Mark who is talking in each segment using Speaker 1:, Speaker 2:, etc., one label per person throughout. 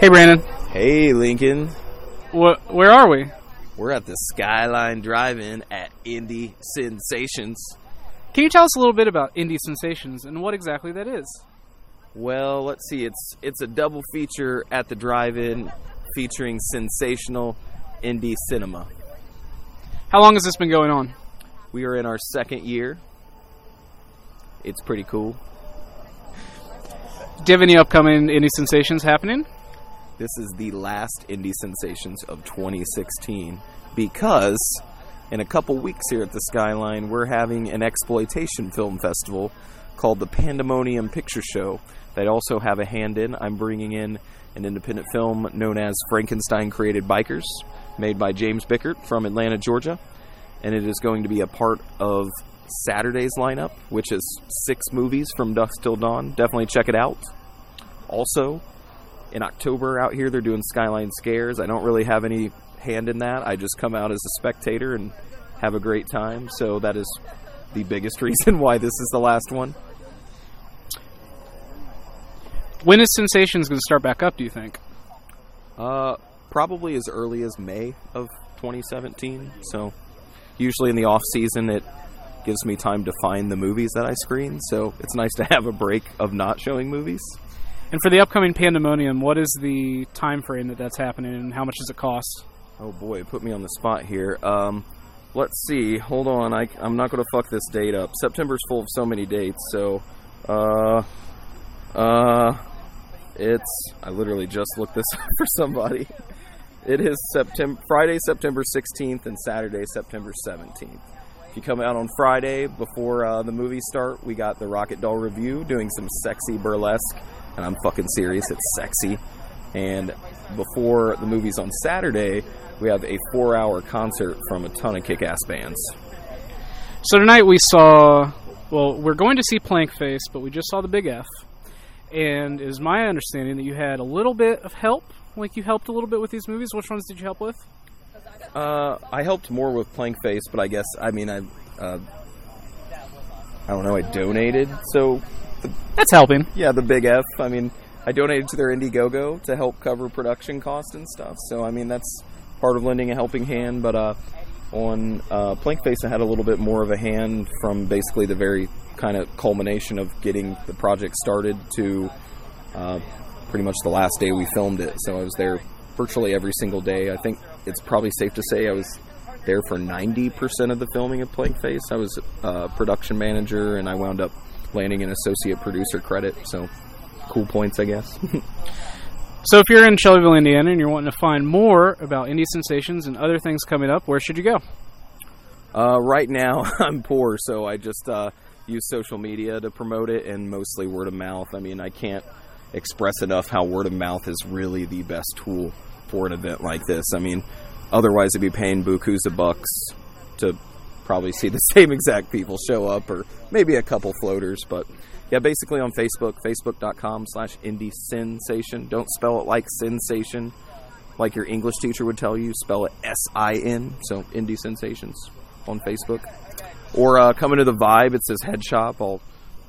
Speaker 1: Hey, Brandon.
Speaker 2: Hey, Lincoln.
Speaker 1: Wh- where are we?
Speaker 2: We're at the Skyline Drive-In at Indie Sensations.
Speaker 1: Can you tell us a little bit about Indie Sensations and what exactly that is?
Speaker 2: Well, let's see. It's it's a double feature at the drive-in featuring sensational indie cinema.
Speaker 1: How long has this been going on?
Speaker 2: We are in our second year. It's pretty cool.
Speaker 1: Do you have any upcoming Indie Sensations happening?
Speaker 2: This is the last Indie Sensations of 2016 because in a couple weeks here at the Skyline, we're having an exploitation film festival called the Pandemonium Picture Show. They also have a hand in. I'm bringing in an independent film known as Frankenstein Created Bikers, made by James Bickert from Atlanta, Georgia. And it is going to be a part of Saturday's lineup, which is six movies from dusk till dawn. Definitely check it out. Also, in October out here, they're doing Skyline Scares. I don't really have any hand in that. I just come out as a spectator and have a great time. So that is the biggest reason why this is the last one.
Speaker 1: When is Sensations going to start back up, do you think?
Speaker 2: Uh, probably as early as May of 2017. So usually in the off season, it gives me time to find the movies that I screen. So it's nice to have a break of not showing movies.
Speaker 1: And for the upcoming Pandemonium, what is the time frame that that's happening and how much does it cost?
Speaker 2: Oh boy, put me on the spot here. Um, let's see. Hold on. I, I'm not going to fuck this date up. September's full of so many dates. So, uh, uh, it's. I literally just looked this up for somebody. It is September Friday, September 16th, and Saturday, September 17th. If you come out on Friday before uh, the movies start, we got the Rocket Doll review doing some sexy burlesque, and I'm fucking serious. It's sexy. And before the movies on Saturday, we have a four hour concert from a ton of kick ass bands.
Speaker 1: So tonight we saw, well, we're going to see Plank Face, but we just saw the Big F. And it is my understanding that you had a little bit of help, like you helped a little bit with these movies. Which ones did you help with?
Speaker 2: Uh, I helped more with Plank Face, but I guess, I mean, I, uh, I don't know, I donated. So,
Speaker 1: That's helping.
Speaker 2: yeah, the Big F, I mean, I donated to their Indiegogo to help cover production costs and stuff. So, I mean, that's part of lending a helping hand, but, uh, on uh, Plank Face, I had a little bit more of a hand from basically the very kind of culmination of getting the project started to uh, pretty much the last day we filmed it. So I was there virtually every single day. I think it's probably safe to say I was there for 90% of the filming of Plank Face. I was uh, production manager and I wound up landing an associate producer credit. So cool points, I guess.
Speaker 1: So if you're in Shelbyville, Indiana, and you're wanting to find more about indie sensations and other things coming up, where should you go?
Speaker 2: Uh, right now, I'm poor, so I just uh, use social media to promote it and mostly word of mouth. I mean, I can't express enough how word of mouth is really the best tool for an event like this. I mean, otherwise, I'd be paying bukus of bucks to probably see the same exact people show up or maybe a couple floaters. But yeah, basically on Facebook, facebook.com slash indie sensation. Don't spell it like sensation. Like your English teacher would tell you, spell it S I N, so Indie Sensations on Facebook. Or uh, come into the vibe. It says Head Shop. I'll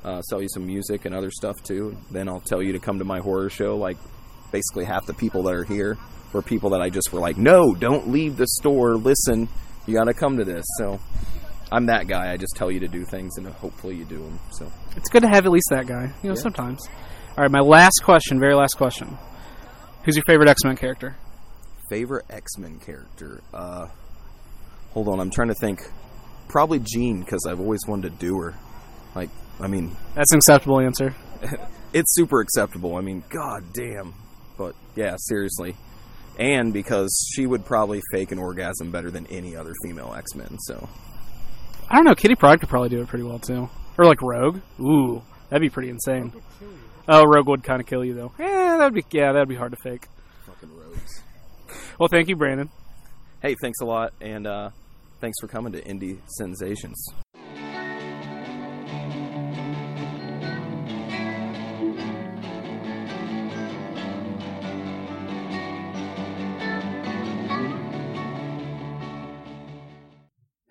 Speaker 2: uh, sell you some music and other stuff too. Then I'll tell you to come to my horror show. Like basically half the people that are here were people that I just were like, no, don't leave the store. Listen, you got to come to this. So I'm that guy. I just tell you to do things and hopefully you do them. So
Speaker 1: It's good to have at least that guy. You know, sometimes. All right, my last question, very last question. Who's your favorite X Men character?
Speaker 2: favorite X Men character. Uh, hold on, I'm trying to think. Probably Jean because I've always wanted to do her. Like, I mean,
Speaker 1: That's an acceptable answer.
Speaker 2: it's super acceptable. I mean, god damn. But yeah, seriously. And because she would probably fake an orgasm better than any other female X Men, so
Speaker 1: I don't know. Kitty Pride could probably do it pretty well too, or like Rogue. Ooh, that'd be pretty insane. Oh, Rogue would kind of kill you though. Yeah, that'd be yeah, that'd be hard to fake.
Speaker 2: fucking rogues.
Speaker 1: Well, thank you, Brandon.
Speaker 2: Hey, thanks a lot, and uh, thanks for coming to Indie Sensations.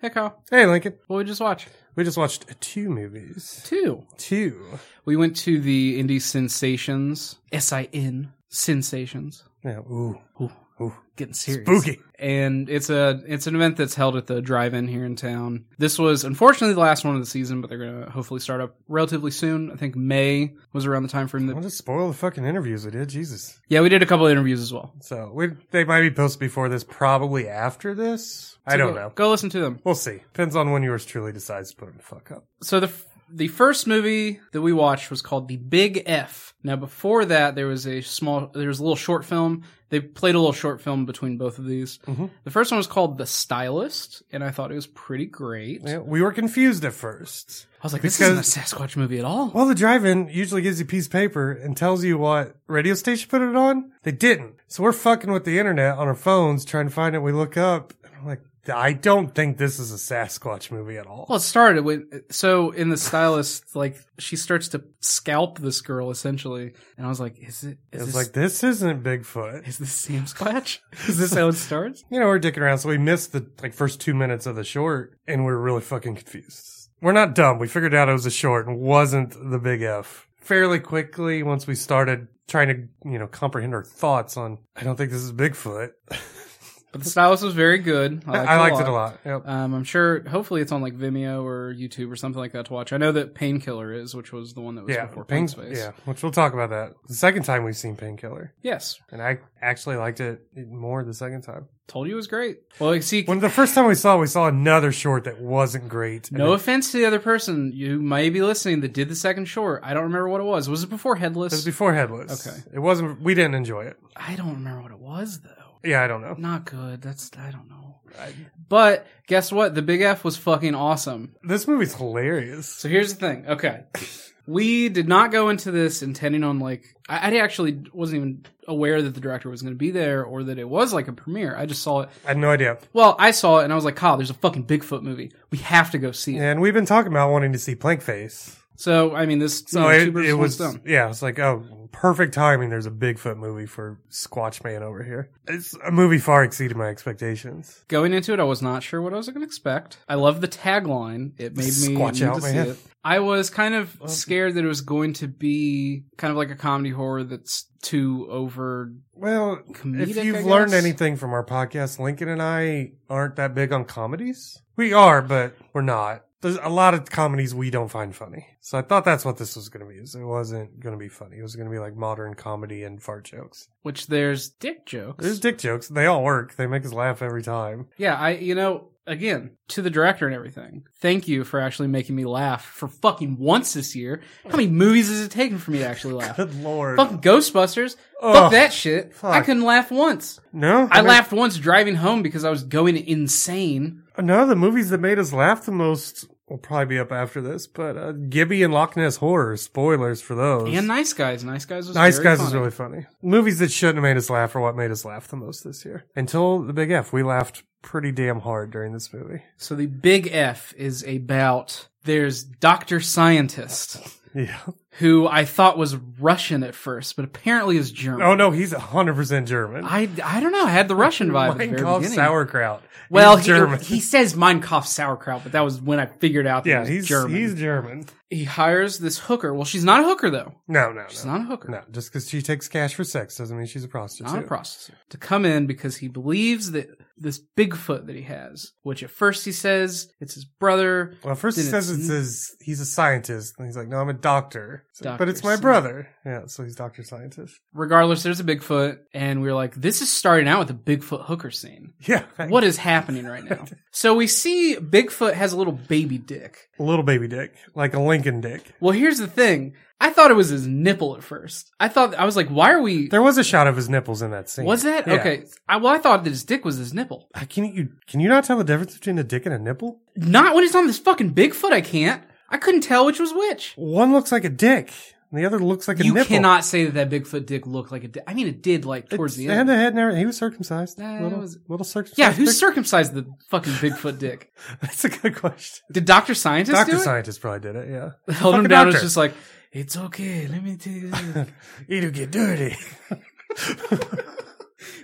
Speaker 1: Hey, Kyle.
Speaker 3: Hey, Lincoln.
Speaker 1: What we just watch?
Speaker 3: We just watched two movies.
Speaker 1: Two.
Speaker 3: Two.
Speaker 1: We went to the Indie Sensations S I N Sensations.
Speaker 3: Yeah. Ooh.
Speaker 1: Ooh.
Speaker 3: Ooh.
Speaker 1: Getting serious.
Speaker 3: Spooky.
Speaker 1: And it's a it's an event that's held at the drive-in here in town. This was unfortunately the last one of the season, but they're gonna hopefully start up relatively soon. I think May was around the time for
Speaker 3: Don't
Speaker 1: the
Speaker 3: just spoil the fucking interviews I did. Jesus.
Speaker 1: yeah. We did a couple of interviews as well.
Speaker 3: So we, they might be posted before this, probably after this. I
Speaker 1: So
Speaker 3: don't
Speaker 1: go-
Speaker 3: know.
Speaker 1: Go listen to them.
Speaker 3: We'll see. Depends on when yours truly decides to put him the fuck up.
Speaker 1: so the f- the first movie that we watched was called The Big F. Now before that there was a small there was a little short film. They played a little short film between both of these.
Speaker 3: Mhm.
Speaker 1: The first one was called The Stylist and I thought it was pretty great.
Speaker 3: Yeah, we were confused at first.
Speaker 1: I was like this isn't a
Speaker 3: Because-
Speaker 1: Sasquatch movie at all.
Speaker 3: Well, the drive-in usually gives you a piece of paper and tells you what radio station put it on. They didn't. So we're fucking with the internet on our phones trying to find it. We look up and I'm like, I don't think this is a Sasquatch movie at all.
Speaker 1: Well, it started with so in the stylist, like she starts to scalp this girl essentially, and I was like, "Is it? Is
Speaker 3: It's
Speaker 1: this,
Speaker 3: like, this isn't Bigfoot.
Speaker 1: is this Sam Squatch? is this how it starts?"
Speaker 3: you know, we're dicking around. So we missed the like first two minutes of the short and we were really fucking confused. We're not dumb. We figured out it was a short and wasn't the big F fairly quickly once we started trying to, you know, comprehend our thoughts on, I don't think this is Bigfoot.
Speaker 1: But the stylist was very good.
Speaker 3: I liked, it a lot. Yep.
Speaker 1: Um, I'm sure. Hopefully, it's on like Vimeo or YouTube or something like that to watch. I know that Painkiller is, which was the one that was
Speaker 3: yeah.
Speaker 1: before
Speaker 3: Pain,
Speaker 1: Pain Space.
Speaker 3: yeah. Which we'll talk about that. The second time we've seen Painkiller.
Speaker 1: Yes,
Speaker 3: And I actually liked it more the second time.
Speaker 1: told you it was great. Well, you see,
Speaker 3: When the first time we saw, it, we saw another short that wasn't great. And
Speaker 1: no
Speaker 3: it
Speaker 1: offense to the other person you may be listening that did the second short. I don't remember what it was. Was it before Headless?
Speaker 3: was before Headless.
Speaker 1: Okay.
Speaker 3: It wasn't, we didn't enjoy it.
Speaker 1: I don't remember what it was though.
Speaker 3: Yeah, I don't know.
Speaker 1: Not good. That's I don't know.
Speaker 3: I-
Speaker 1: But guess what? The Big F was fucking awesome.
Speaker 3: This movie's hilarious.
Speaker 1: So here's the thing. Okay. We did not go into this intending on like I, I actually wasn't even aware that the director was going to be there or that it was like a premiere. I just saw it.
Speaker 3: I had no idea.
Speaker 1: Well, I saw it and I was like, "Kyle, there's a fucking Bigfoot movie. We have to go see it."
Speaker 3: And we've been talking about wanting to see Plankface.
Speaker 1: So I mean, this you
Speaker 3: So
Speaker 1: know, two
Speaker 3: it,
Speaker 1: birds
Speaker 3: it
Speaker 1: with one
Speaker 3: was,
Speaker 1: stone.
Speaker 3: yeah, it's like, oh, perfect timing. There's a Bigfoot movie for Squatch Man over here. It's a movie far exceeded my expectations.
Speaker 1: Going into it, I was not sure what I was going to expect. I love the tagline. It made me
Speaker 3: Squatch
Speaker 1: need
Speaker 3: out,
Speaker 1: to see
Speaker 3: man.
Speaker 1: it. I was kind of scared that it was going to be kind of like a comedy horror that's too over
Speaker 3: Well,
Speaker 1: comedic.
Speaker 3: if
Speaker 1: I
Speaker 3: you've learned
Speaker 1: guess.
Speaker 3: anything from our podcast, Lincoln and I aren't that big on comedies. We are, but we're not. There's a lot of comedies we don't find funny. So I thought that's what this was going to be. Is it wasn't going to be funny. It was going to be like modern comedy and fart jokes.
Speaker 1: which there's dick jokes.
Speaker 3: There's dick jokes. They all work. They make us laugh every time.
Speaker 1: yeah, I you know again to the director and everything. Thank you for actually making me laugh for fucking once this year. How many movies has it taken for me to actually laugh?
Speaker 3: Good lord.
Speaker 1: Fucking Ghostbusters.
Speaker 3: Ugh.
Speaker 1: fuck that shit. I
Speaker 3: fuck.
Speaker 1: couldn't laugh once.
Speaker 3: No,
Speaker 1: I
Speaker 3: mean,
Speaker 1: laughed once driving home because I was going insane.
Speaker 3: No, the movies that made us laugh the most will probably be up after this. But uh, Gibby and Loch Ness Horror. Spoilers for those.
Speaker 1: And Nice Guys. Nice Guys was
Speaker 3: Nice
Speaker 1: very
Speaker 3: Guys is
Speaker 1: funny.
Speaker 3: really funny. Movies that shouldn't have made us laugh are what made us laugh the most this year. Until the Big F, we laughed pretty damn hard during this movie.
Speaker 1: So the big F is about there's Doctor Scientist
Speaker 3: Yeah.
Speaker 1: who I thought was Russian at first, but apparently is German.
Speaker 3: Oh no, he's hundred percent German.
Speaker 1: I, I don't know. I had the Russian vibe at the
Speaker 3: Mein
Speaker 1: very
Speaker 3: Kampf
Speaker 1: beginning.
Speaker 3: sauerkraut.
Speaker 1: well,
Speaker 3: he's
Speaker 1: he,
Speaker 3: German.
Speaker 1: he says Mein Kampf sauerkraut, but that was when I figured out that
Speaker 3: yeah,
Speaker 1: he was
Speaker 3: he's
Speaker 1: German.
Speaker 3: he's German.
Speaker 1: He hires this hooker. Well, she's not a hooker though.
Speaker 3: No, no,
Speaker 1: She's
Speaker 3: Oh, no.
Speaker 1: not a hooker.
Speaker 3: No, just because she takes cash for sex doesn't mean she's a prostitute.
Speaker 1: not a prostitute to come in because he believes that this Bigfoot that he has, which at first he says it's his brother.
Speaker 3: Well, first he
Speaker 1: Then
Speaker 3: says
Speaker 1: it's-
Speaker 3: it's his, he's a scientist, and he's like, "No, I'm a doctor." It's like,
Speaker 1: Doctor
Speaker 3: but it's my
Speaker 1: sci-
Speaker 3: brother. Yeah, so he's doctor scientist.
Speaker 1: Regardless, there's a Bigfoot, and we are like, this is starting out with a Bigfoot hooker scene.
Speaker 3: Yeah,
Speaker 1: What is happening right now? So we see Bigfoot has a little baby dick.
Speaker 3: a little baby dick, like a Lincoln dick.
Speaker 1: Well, here's the thing. I thought it was his nipple at first. I thought I was like, why are we?
Speaker 3: There was a shot of his nipples in that scene.
Speaker 1: Was that
Speaker 3: Yeah.
Speaker 1: okay? I, well, I thought that his dick was his nipple.
Speaker 3: Uh, Can you can you not tell the difference between a dick and a nipple?
Speaker 1: Not when it's on this fucking Bigfoot. I can't. I couldn't tell which was which.
Speaker 3: One looks like a dick, and the other looks like a
Speaker 1: you
Speaker 3: nipple.
Speaker 1: cannot say that that Bigfoot dick looked like a dick. I mean, it did like towards
Speaker 3: It's-
Speaker 1: the
Speaker 3: they had
Speaker 1: end.
Speaker 3: the head and everything. He was circumcised.
Speaker 1: That
Speaker 3: little,
Speaker 1: was-
Speaker 3: little circumcised.
Speaker 1: yeah, who
Speaker 3: dick.
Speaker 1: circumcised the fucking Bigfoot dick?
Speaker 3: That's a good question.
Speaker 1: Did Doctor Scientist
Speaker 3: Doctor
Speaker 1: do it?
Speaker 3: scientist probably did it. Yeah,
Speaker 1: Held him down.
Speaker 3: Fucking
Speaker 1: and
Speaker 3: doctor.
Speaker 1: was just like, it's okay. Let me take. it."
Speaker 3: It'll get dirty.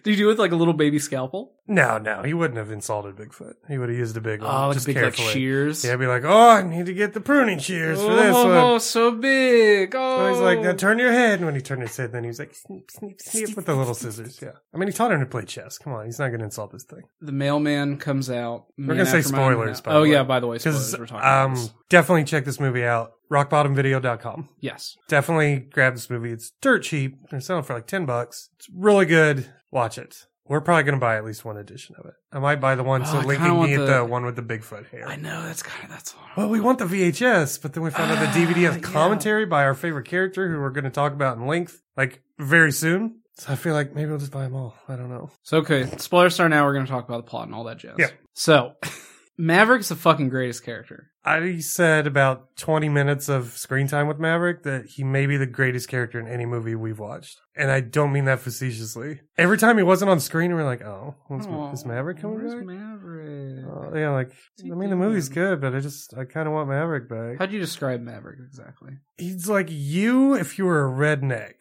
Speaker 1: Did you do it with like a little baby scalpel?
Speaker 3: No, no, he wouldn't have insulted Bigfoot. He would have used a big one.
Speaker 1: Oh, it's
Speaker 3: just
Speaker 1: big
Speaker 3: carefully.
Speaker 1: like shears.
Speaker 3: Yeah, be like, oh, I need to get the pruning shears for this one.
Speaker 1: Oh, so big. Oh,
Speaker 3: So he's like, now turn your head. And when he turned his head, then he was like, snip, snip, snip with the little scissors. Yeah. I mean, he taught him to play chess. Come on. He's not going to insult this thing.
Speaker 1: Oh." the mailman comes out.
Speaker 3: We're gonna say spoilers, by
Speaker 1: oh
Speaker 3: the way.
Speaker 1: yeah, by the way, spoilers.
Speaker 3: Because,
Speaker 1: We're talking about
Speaker 3: um,
Speaker 1: this.
Speaker 3: definitely check this movie out. Rockbottomvideo.com.
Speaker 1: yes,
Speaker 3: Definitely grab this movie. It's dirt cheap. They're selling for like 10 bucks. It's really good. Watch it. We're probably going to buy at least one edition of it. I might buy the one
Speaker 1: Oh, I
Speaker 3: so
Speaker 1: kinda
Speaker 3: linking
Speaker 1: want
Speaker 3: me at
Speaker 1: the-
Speaker 3: the one with the Bigfoot hair.
Speaker 1: I know that's kind of that's. what I'm-
Speaker 3: Well, we want the VHS, but then we found out the
Speaker 1: Ah,
Speaker 3: DVD has
Speaker 1: yeah.
Speaker 3: commentary by our favorite character, who we're going to talk about in length, like very soon. So I feel like maybe we'll just buy them all. I don't know.
Speaker 1: So okay, spoilers start now. We're gonna talk about the plot and all that jazz.
Speaker 3: Yeah.
Speaker 1: So, Maverick's the fucking greatest character.
Speaker 3: I said about 20 minutes of screen time with Maverick that he may be the greatest character in any movie we've watched. And I don't mean that facetiously. Every time he wasn't on screen, we were like, oh, when's,
Speaker 1: Aw,
Speaker 3: is Maverick coming
Speaker 1: where's
Speaker 3: back?
Speaker 1: Maverick.
Speaker 3: Oh, yeah, like,
Speaker 1: What's he
Speaker 3: I mean, the movie's
Speaker 1: doing?
Speaker 3: good, but I just, I kind of want Maverick back.
Speaker 1: How'd you describe Maverick exactly?
Speaker 3: He's like you if you were a redneck.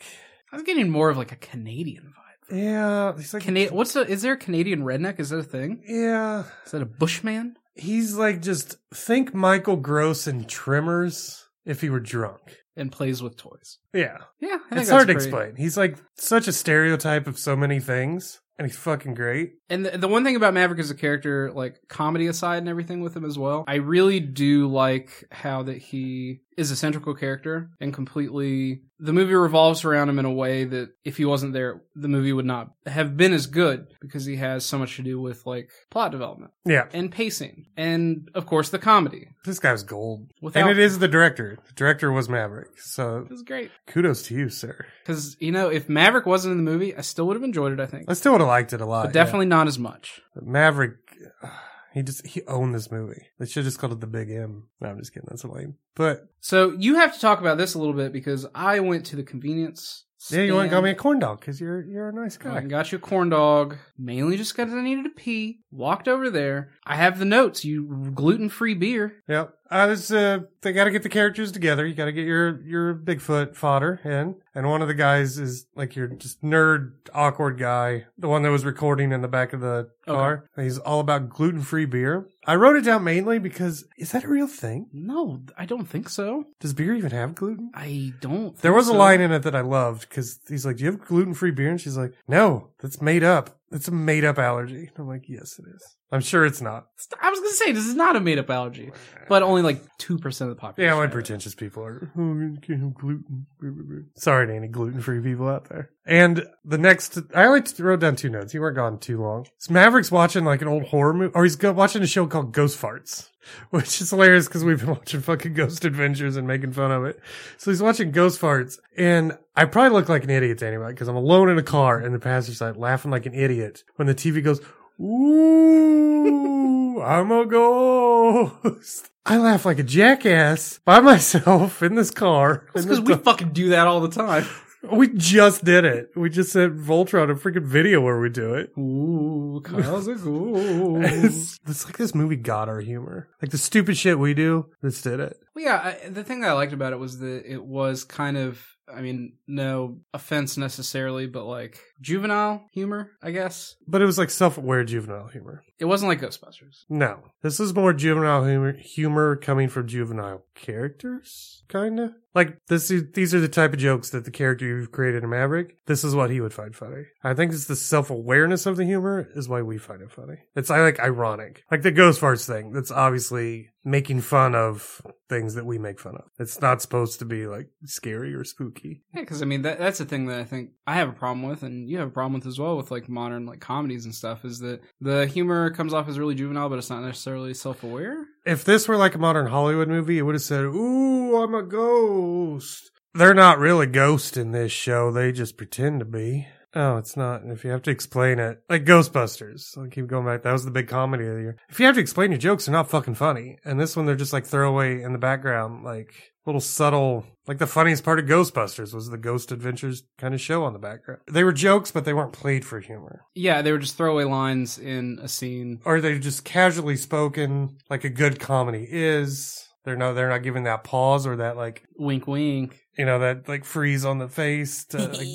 Speaker 1: I was getting more of like a Canadian vibe.
Speaker 3: Yeah, he's like
Speaker 1: Cana- what's the, is there a Canadian redneck? Is that a thing?
Speaker 3: Yeah.
Speaker 1: Is that a bushman?
Speaker 3: He's like just think Michael Gross and Tremors if he were drunk.
Speaker 1: And plays with toys.
Speaker 3: Yeah.
Speaker 1: Yeah, I think
Speaker 3: It's hard to
Speaker 1: that's pretty-
Speaker 3: explain. He's like such a stereotype of so many things and he's fucking great.
Speaker 1: And the, the one thing about Maverick as a character, like comedy aside and everything with him as well, I really do like how that he is a central character and completely the movie revolves around him in a way that if he wasn't there, the movie would not have been as good because he has so much to do with like plot development
Speaker 3: Yeah.
Speaker 1: and pacing and of course the comedy.
Speaker 3: This guy's gold.
Speaker 1: Without-
Speaker 3: and it is the director. The director was Maverick. So
Speaker 1: It was great
Speaker 3: kudos to you, sir.
Speaker 1: because you know if Maverick wasn't in the movie, I still would have enjoyed it. I think,
Speaker 3: I still would have liked it a lot.
Speaker 1: but
Speaker 3: yeah.
Speaker 1: definitely not as much.
Speaker 3: But Maverick he just he owned this movie. They should have just called it the Big M. No, I'm just kidding. That's lame. But
Speaker 1: So you have to talk about this a little bit because I went to the convenience.
Speaker 3: yeah, you went and got
Speaker 1: stand.
Speaker 3: me a corn dog because you're you're a nice
Speaker 1: I went
Speaker 3: guy.
Speaker 1: and got you a corn dog, mainly just because I needed to pee. Walked over there. I have the notes. You gluten free beer.
Speaker 3: Yep. Uh, this, uh, they got to get the characters together. You got to get your, your Bigfoot fodder in. And one of the guys is like your just nerd, awkward guy, the one that was recording in the back of the
Speaker 1: Okay.
Speaker 3: car. He's all about gluten free beer. I wrote it down mainly because is that a real thing?
Speaker 1: No, I don't think so.
Speaker 3: Does beer even have gluten?
Speaker 1: I don't.
Speaker 3: There
Speaker 1: think
Speaker 3: was a
Speaker 1: so.
Speaker 3: line in it that I loved because he's like, Do you have gluten free beer? And she's like, No, that's made up. That's a made up allergy. And I'm like, Yes, it is. I'm sure it's not.
Speaker 1: I was gonna say this is not a made up allergy, but only like two percent of the population.
Speaker 3: Yeah, my
Speaker 1: have it.
Speaker 3: pretentious people are. Oh, you can't have gluten. Sorry to any gluten free people out there. And the next, I only t- wrote down two notes. You weren't gone too long. So Maverick's watching like an old horror movie, or he's go- watching a show called Ghost Farts, which is hilarious because we've been watching fucking Ghost Adventures and making fun of it. So he's watching Ghost Farts, and I probably look like an idiot to anybody because I'm alone in a car in the passenger side laughing like an idiot when the TV goes, Ooh, I'm a ghost. I laugh like a jackass by myself in this car.
Speaker 1: It's
Speaker 3: In the
Speaker 1: because we fucking do that all the time.
Speaker 3: dark. we just did it. We just sent Voltron a freaking video where we do it.
Speaker 1: Ooh, Kyle's a ghoul.
Speaker 3: It's, it's like this movie got our humor. Like the stupid shit we do, this did it.
Speaker 1: Well, yeah, I, the thing that I liked about it was that it was kind of, I mean, no offense necessarily, but like juvenile humor, I guess.
Speaker 3: But it was like self-aware juvenile humor.
Speaker 1: It wasn't like Ghostbusters.
Speaker 3: No, this is more juvenile humor, humor coming from juvenile characters, kind of. Like this, is, these are the type of jokes that the character you've created in Maverick. This is what he would find funny. I think it's the self awareness of the humor is why we find it funny. It's I like ironic, like the ghost farts thing. That's obviously making fun of things that we make fun of. It's not supposed to be like scary or spooky.
Speaker 1: Yeah, because I mean, that, that's the thing that I think I have a problem with, and you have a problem with as well with like modern like comedies and stuff, is that the humor comes off as really juvenile, but it's not necessarily self aware.
Speaker 3: If this were like a modern Hollywood movie, it would have said, Ooh, I'm a ghost. They're not really ghosts in this show. They just pretend to be. Oh, it's not. If you have to explain it, like Ghostbusters, I'll keep going back. That was the big comedy of the year. If you have to explain your jokes, they're not fucking funny. And this one, they're just like throwaway in the background, like little subtle. Like the funniest part of Ghostbusters was the Ghost Adventures kind of show on the background. They were jokes, but they weren't played for humor
Speaker 1: Yeah, they were just throwaway lines in a scene.
Speaker 3: or they're just casually spoken like a good comedy is they're not they're not giving that pause or that like
Speaker 1: Wink, wink.
Speaker 3: you know that like freeze on the face to, like,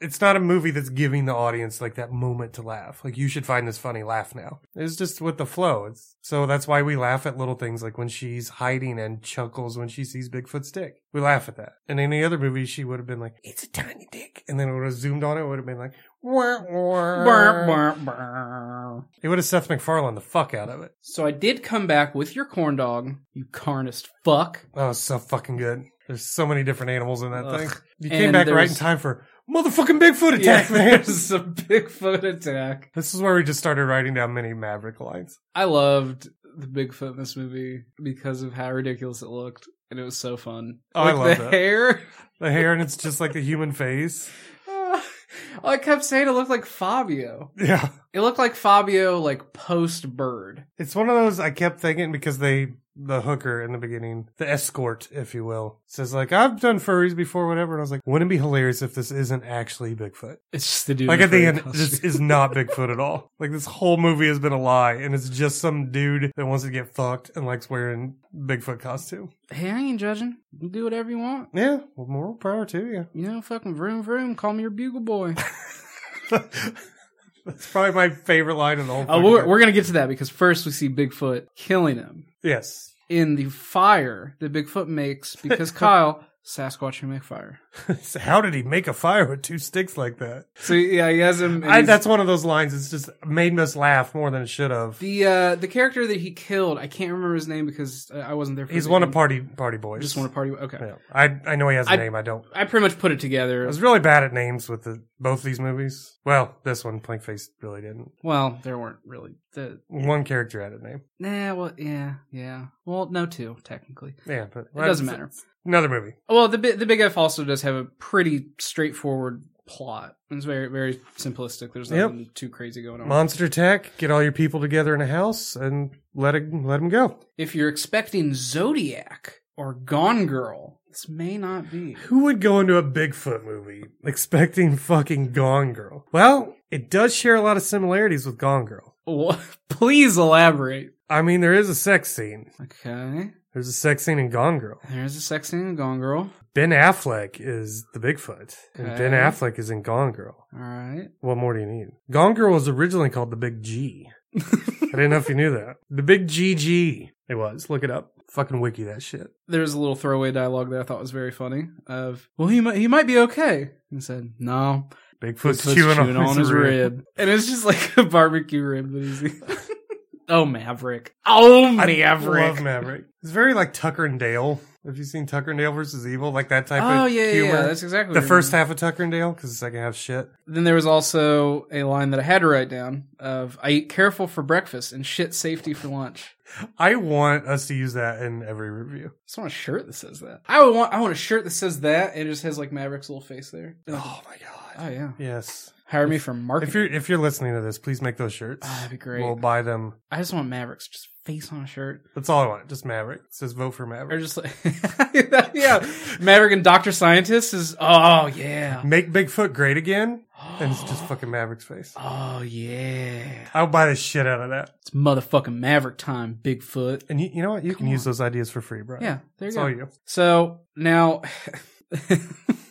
Speaker 3: it's not a movie that's giving the audience like that moment to laugh. Like you should find this funny laugh now. It's just with the flow. It's, so that's why we laugh at little things like when she's hiding and chuckles when she sees Bigfoot's dick. We laugh at that. In any other movie, she would have been like, "It's a tiny dick," and then it would have zoomed on it. it Would have been like, "Wah, wah." It would have Seth MacFarlane the fuck out of it.
Speaker 1: So I did come back with your corn dog, you carnist fuck.
Speaker 3: That was Oh, so fucking good. There's so many different animals in that
Speaker 1: Ugh.
Speaker 3: thing.
Speaker 1: And
Speaker 3: You came back right
Speaker 1: there's-
Speaker 3: in time for motherfucking Bigfoot attack, man.
Speaker 1: There's a Bigfoot attack.
Speaker 3: This is where we just started writing down many Maverick lines.
Speaker 1: I loved the Bigfoot in this movie because of how ridiculous it looked, and it was so fun.
Speaker 3: Oh, I
Speaker 1: Like,
Speaker 3: love
Speaker 1: the
Speaker 3: that.
Speaker 1: hair.
Speaker 3: The hair and it's just like the human face.
Speaker 1: I kept saying it looked like Fabio.
Speaker 3: Yeah.
Speaker 1: It looked like Fabio, like post bird.
Speaker 3: It's one of those I kept thinking because they the hooker in the beginning, the escort, if you will, says like, I've done furries before, whatever, and I was like, wouldn't it be hilarious if this isn't actually Bigfoot?
Speaker 1: It's just the dude.
Speaker 3: Like
Speaker 1: in
Speaker 3: at the
Speaker 1: furry
Speaker 3: end,
Speaker 1: costume.
Speaker 3: this is not Bigfoot at all. Like this whole movie has been a lie, and it's just some dude that wants to get fucked and likes wearing Bigfoot costume.
Speaker 1: hey, I ain't judging. You do whatever you want.
Speaker 3: Yeah, well, moral power to you.
Speaker 1: You know, fucking vroom vroom. Call me your bugle boy.
Speaker 3: That's probably my favorite line in the whole.
Speaker 1: Oh,
Speaker 3: fucking
Speaker 1: we're,
Speaker 3: thing.
Speaker 1: we're gonna get to that because first we see Bigfoot killing him
Speaker 3: yes,
Speaker 1: in the fire that Bigfoot makes because Kyle Sasquatch can make fire.
Speaker 3: So how did he make a fire with two sticks like that?
Speaker 1: So yeah, he has him. and
Speaker 3: I,
Speaker 1: he's-
Speaker 3: that's one of those lines. It's just made us laugh more than it should have.
Speaker 1: the uh, the character that he killed. I can't remember his name because uh, I wasn't there. for
Speaker 3: He's
Speaker 1: the
Speaker 3: one of
Speaker 1: end.
Speaker 3: party party boys.
Speaker 1: Just one of party. Okay,
Speaker 3: Yeah. I I know he has a
Speaker 1: I-
Speaker 3: name. I don't.
Speaker 1: I pretty much put it
Speaker 3: I
Speaker 1: together.
Speaker 3: was really bad at names with the, both these movies. Well, this one, Plank Face, really didn't.
Speaker 1: Well, there weren't really the.
Speaker 3: One character had a name.
Speaker 1: Nah, well, yeah, yeah. Well, no, two technically.
Speaker 3: Yeah, but
Speaker 1: It doesn't matter.
Speaker 3: Another movie.
Speaker 1: Well, the bi- the Big F also does have a pretty straightforward plot. It's very very simplistic. There's
Speaker 3: Yep.
Speaker 1: nothing too crazy going on.
Speaker 3: Monster Tech. Get all your people together in a house and let it let them go.
Speaker 1: If you're expecting Zodiac or Gone Girl, this may not be.
Speaker 3: Who would go into a Bigfoot movie expecting fucking Gone Girl? Well, it does share a lot of similarities with Gone Girl.
Speaker 1: Wha- Please elaborate.
Speaker 3: I mean, there is a sex scene.
Speaker 1: Okay,
Speaker 3: There's a sex scene in Gone Girl.
Speaker 1: there's a sex scene in Gone Girl.
Speaker 3: Ben Affleck is the Bigfoot, and Ben
Speaker 1: Okay.
Speaker 3: Affleck is in Gone Girl.
Speaker 1: All right.
Speaker 3: What more do you need? Gone Girl was originally called the Big G. I didn't know if you knew that. The Big GG. It was. Look it up. Fucking wiki that shit.
Speaker 1: There's a little throwaway dialogue that I thought was very funny. Of well, he might he might be okay, and said no.
Speaker 3: Bigfoot's,
Speaker 1: Bigfoot's
Speaker 3: chewing, on, his, rib.
Speaker 1: and it's just like a barbecue rib that he's. eating. oh Maverick! Oh
Speaker 3: I
Speaker 1: Maverick!
Speaker 3: love Maverick. It's very like Tucker and Dale. Have you seen Tucker and Dale versus Evil? Like that type
Speaker 1: Oh
Speaker 3: of
Speaker 1: yeah, yeah,
Speaker 3: humor.
Speaker 1: yeah, that's exactly
Speaker 3: the
Speaker 1: what I
Speaker 3: first
Speaker 1: remember.
Speaker 3: half of Tucker and Dale, because the second half shit.
Speaker 1: Then there was also a line that I had to write down of I eat careful for breakfast and shit safety for lunch.
Speaker 3: I want us to use that in every review.
Speaker 1: I just want a shirt that says that. I would want I want a shirt that says that and it just has like Maverick's little face there. Oh,
Speaker 3: Oh my god.
Speaker 1: yeah.
Speaker 3: Yes.
Speaker 1: Hire me for marketing.
Speaker 3: If you're if you're listening to this, please make those shirts.
Speaker 1: Ah, that'd be great.
Speaker 3: We'll buy them.
Speaker 1: I just want Maverick's just face on a shirt.
Speaker 3: That's all I want. Just Maverick. It says vote for
Speaker 1: Or
Speaker 3: Maverick.
Speaker 1: just like Yeah. Maverick and Dr. Scientist is oh yeah.
Speaker 3: Make Bigfoot great again, and it's just fucking Maverick's face.
Speaker 1: Oh yeah.
Speaker 3: I'll buy the shit out of that.
Speaker 1: It's motherfucking Maverick time, Bigfoot.
Speaker 3: And you, you know what? You
Speaker 1: Come
Speaker 3: can use
Speaker 1: on.
Speaker 3: those ideas for free, Brian.
Speaker 1: Yeah, there you
Speaker 3: It's
Speaker 1: go.
Speaker 3: all you.
Speaker 1: So now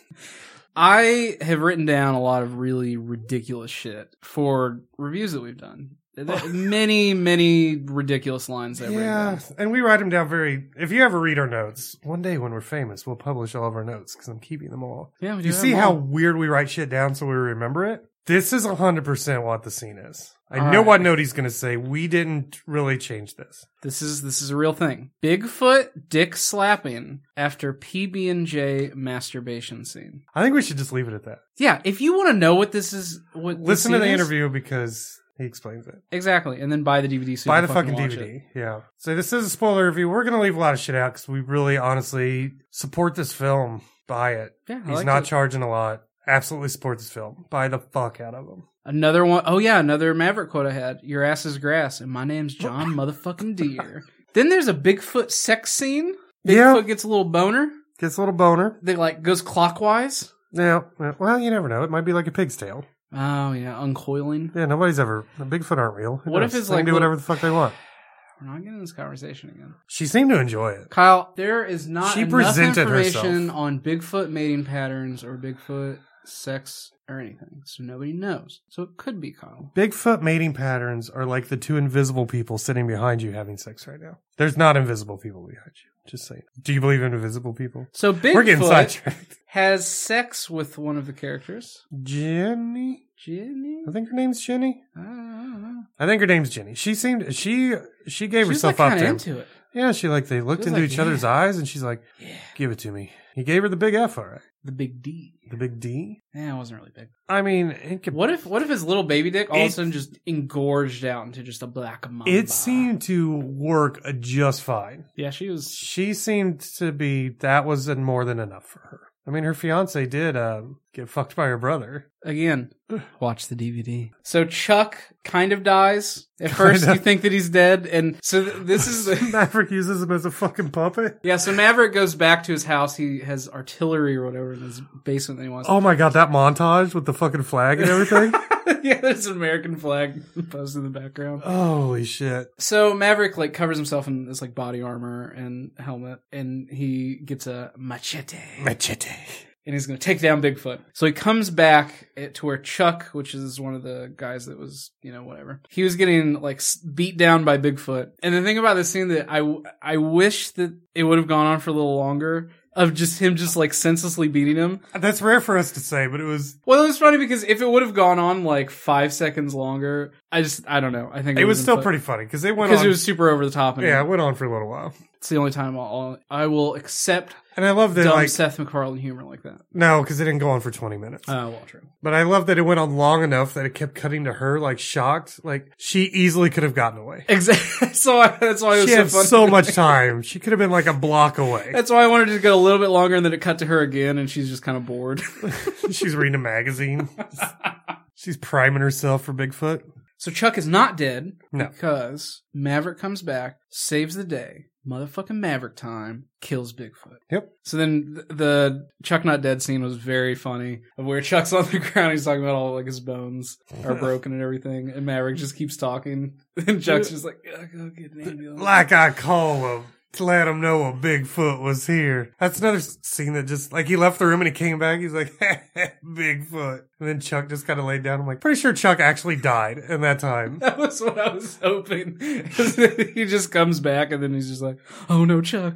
Speaker 1: I have written down a lot of really ridiculous shit for reviews that we've done. There- many, many ridiculous lines that
Speaker 3: Yeah, and we write them down very. If you ever read our notes, one day when we're famous, we'll publish all of our notes because I'm keeping them all.
Speaker 1: yeah, we do
Speaker 3: you
Speaker 1: have
Speaker 3: see
Speaker 1: them
Speaker 3: how
Speaker 1: all.
Speaker 3: weird we write shit down so we remember it? This is 100% what the scene is. I
Speaker 1: All
Speaker 3: know
Speaker 1: right.
Speaker 3: what note he's going to say. We didn't really change this.
Speaker 1: this is this is a real thing. Bigfoot dick slapping after PB and J masturbation scene.
Speaker 3: I think we should just leave it at that.
Speaker 1: Yeah, if you want to know what this is, what this
Speaker 3: Listen to
Speaker 1: scene
Speaker 3: the
Speaker 1: is-
Speaker 3: interview because he explains it.
Speaker 1: exactly, and then buy the DVD. So you
Speaker 3: Buy
Speaker 1: can
Speaker 3: the fucking
Speaker 1: watch
Speaker 3: DVD.
Speaker 1: it.
Speaker 3: Yeah. So this is a spoiler review. We're going to leave a lot of shit out because we really honestly support this film. Buy it.
Speaker 1: Yeah, I
Speaker 3: He's
Speaker 1: liked
Speaker 3: not
Speaker 1: it.
Speaker 3: charging a lot. Absolutely support this film. Buy the fuck out of him.
Speaker 1: Another one oh yeah, another Maverick quote I had. Your ass is grass, and my name's John motherfucking Deere. then there's a Bigfoot sex scene.
Speaker 3: Yeah.
Speaker 1: Bigfoot gets a little boner
Speaker 3: Gets a little boner.
Speaker 1: that like goes clockwise.
Speaker 3: Yeah. yeah. Well, you never know. It might be like a pig's tail.
Speaker 1: Oh yeah, uncoiling.
Speaker 3: Yeah, nobody's ever. The Bigfoot aren't real. Who
Speaker 1: What if
Speaker 3: knows?
Speaker 1: it's
Speaker 3: they
Speaker 1: like
Speaker 3: can do
Speaker 1: little-
Speaker 3: whatever the fuck they want?
Speaker 1: We're not getting this conversation again.
Speaker 3: She seemed to enjoy it.
Speaker 1: Kyle, there is not
Speaker 3: She
Speaker 1: enough
Speaker 3: presented
Speaker 1: information
Speaker 3: herself.
Speaker 1: on Bigfoot mating patterns or Bigfoot sex, or anything, so nobody knows. So it could be Connell.
Speaker 3: Bigfoot mating patterns are like the two invisible people sitting behind you having sex right now. There's not invisible people behind you. Just saying. Do you believe in invisible people?
Speaker 1: So
Speaker 3: We're getting
Speaker 1: Bigfoot
Speaker 3: sidetracked.
Speaker 1: has sex with one of the characters.
Speaker 3: Jenny?
Speaker 1: Jenny?
Speaker 3: I think her name's Jenny.
Speaker 1: I don't know.
Speaker 3: I think her name's Jenny. She seemed she she gave
Speaker 1: She's
Speaker 3: herself
Speaker 1: like
Speaker 3: up
Speaker 1: kinda
Speaker 3: to him.
Speaker 1: into it.
Speaker 3: Yeah, she like they looked
Speaker 1: She was
Speaker 3: into
Speaker 1: like,
Speaker 3: each other's
Speaker 1: "Yeah."
Speaker 3: eyes and she's like,
Speaker 1: Yeah.
Speaker 3: "Give it to me." He gave her the big F, all right.
Speaker 1: The big D.
Speaker 3: The big D.
Speaker 1: Yeah, it wasn't really big.
Speaker 3: I mean, it could,
Speaker 1: What if what if his little baby dick all of
Speaker 3: It-
Speaker 1: a sudden just engorged out into just a black mamba?
Speaker 3: it seemed to work just fine.
Speaker 1: Yeah, she was.
Speaker 3: She seemed to be that was more than enough for her. I mean, her fiance did um, get fucked by her brother.
Speaker 1: Again, watch the DVD. So Chuck kind of dies. At first,
Speaker 3: Kinda.
Speaker 1: you think that he's dead, and so th- this is the.
Speaker 3: Maverick uses him as a fucking puppet.
Speaker 1: Yeah, so Maverick goes back to his house. He has artillery or whatever in his basement that he wants.
Speaker 3: Oh my god, that montage with the fucking flag and everything.
Speaker 1: yeah, there's an American flag posted in the background.
Speaker 3: Holy shit.
Speaker 1: So Maverick like covers himself in this like body armor and helmet, and he gets a machete,
Speaker 3: Machete.
Speaker 1: and he's gonna take down Bigfoot. So he comes back at- to where Chuck, which is one of the guys that was you know whatever, he was getting like s- beat down by Bigfoot. And the thing about this scene that I w- I wish that it would have gone on for a little longer of just him just like senselessly beating him.
Speaker 3: That's rare for us to say, but it was
Speaker 1: Well, it was funny because if it would have gone on like five seconds longer, I just I don't know. I think
Speaker 3: it was
Speaker 1: would've
Speaker 3: still
Speaker 1: been
Speaker 3: pretty funny because it went
Speaker 1: because
Speaker 3: on.
Speaker 1: it was super over the top. And
Speaker 3: yeah, it went on for a little while.
Speaker 1: it's the only time I'll, I'll I will accept
Speaker 3: And I love that,
Speaker 1: dumb
Speaker 3: like,
Speaker 1: Seth MacFarlane humor like that.
Speaker 3: no, because it didn't go on for 20 minutes.
Speaker 1: Uh, well, true.
Speaker 3: but I love that it went on long enough that it kept cutting to her, like, shocked. Like, she easily could have gotten away.
Speaker 1: Exactly. So I, that's why Oh, it was
Speaker 3: She
Speaker 1: so
Speaker 3: had
Speaker 1: funny.
Speaker 3: so much time. She could have been, like, a block away.
Speaker 1: that's why I wanted it to go a little bit longer, and then it cut to her again, and she's just kind of bored.
Speaker 3: She's reading a magazine. She's priming herself for Bigfoot.
Speaker 1: so Chuck is not dead
Speaker 3: No.
Speaker 1: because Maverick comes back, saves the day, motherfucking Maverick time, kills Bigfoot.
Speaker 3: Yep.
Speaker 1: So then th- the Chuck not dead scene was very funny, of where Chuck's on the ground, he's talking about all like his bones are broken and everything, and Maverick just keeps talking, and Chuck's just like, "Yeah, go get an ambulance.
Speaker 3: Like I call him to let him know a Bigfoot was here. That's another s- scene that just, like, he left the room and he came back. He's like, Bigfoot. And then Chuck just kind of laid down. I'm like, pretty sure Chuck actually died in that time.
Speaker 1: That was what I was hoping. he just comes back, and then he's just like, "Oh no, Chuck."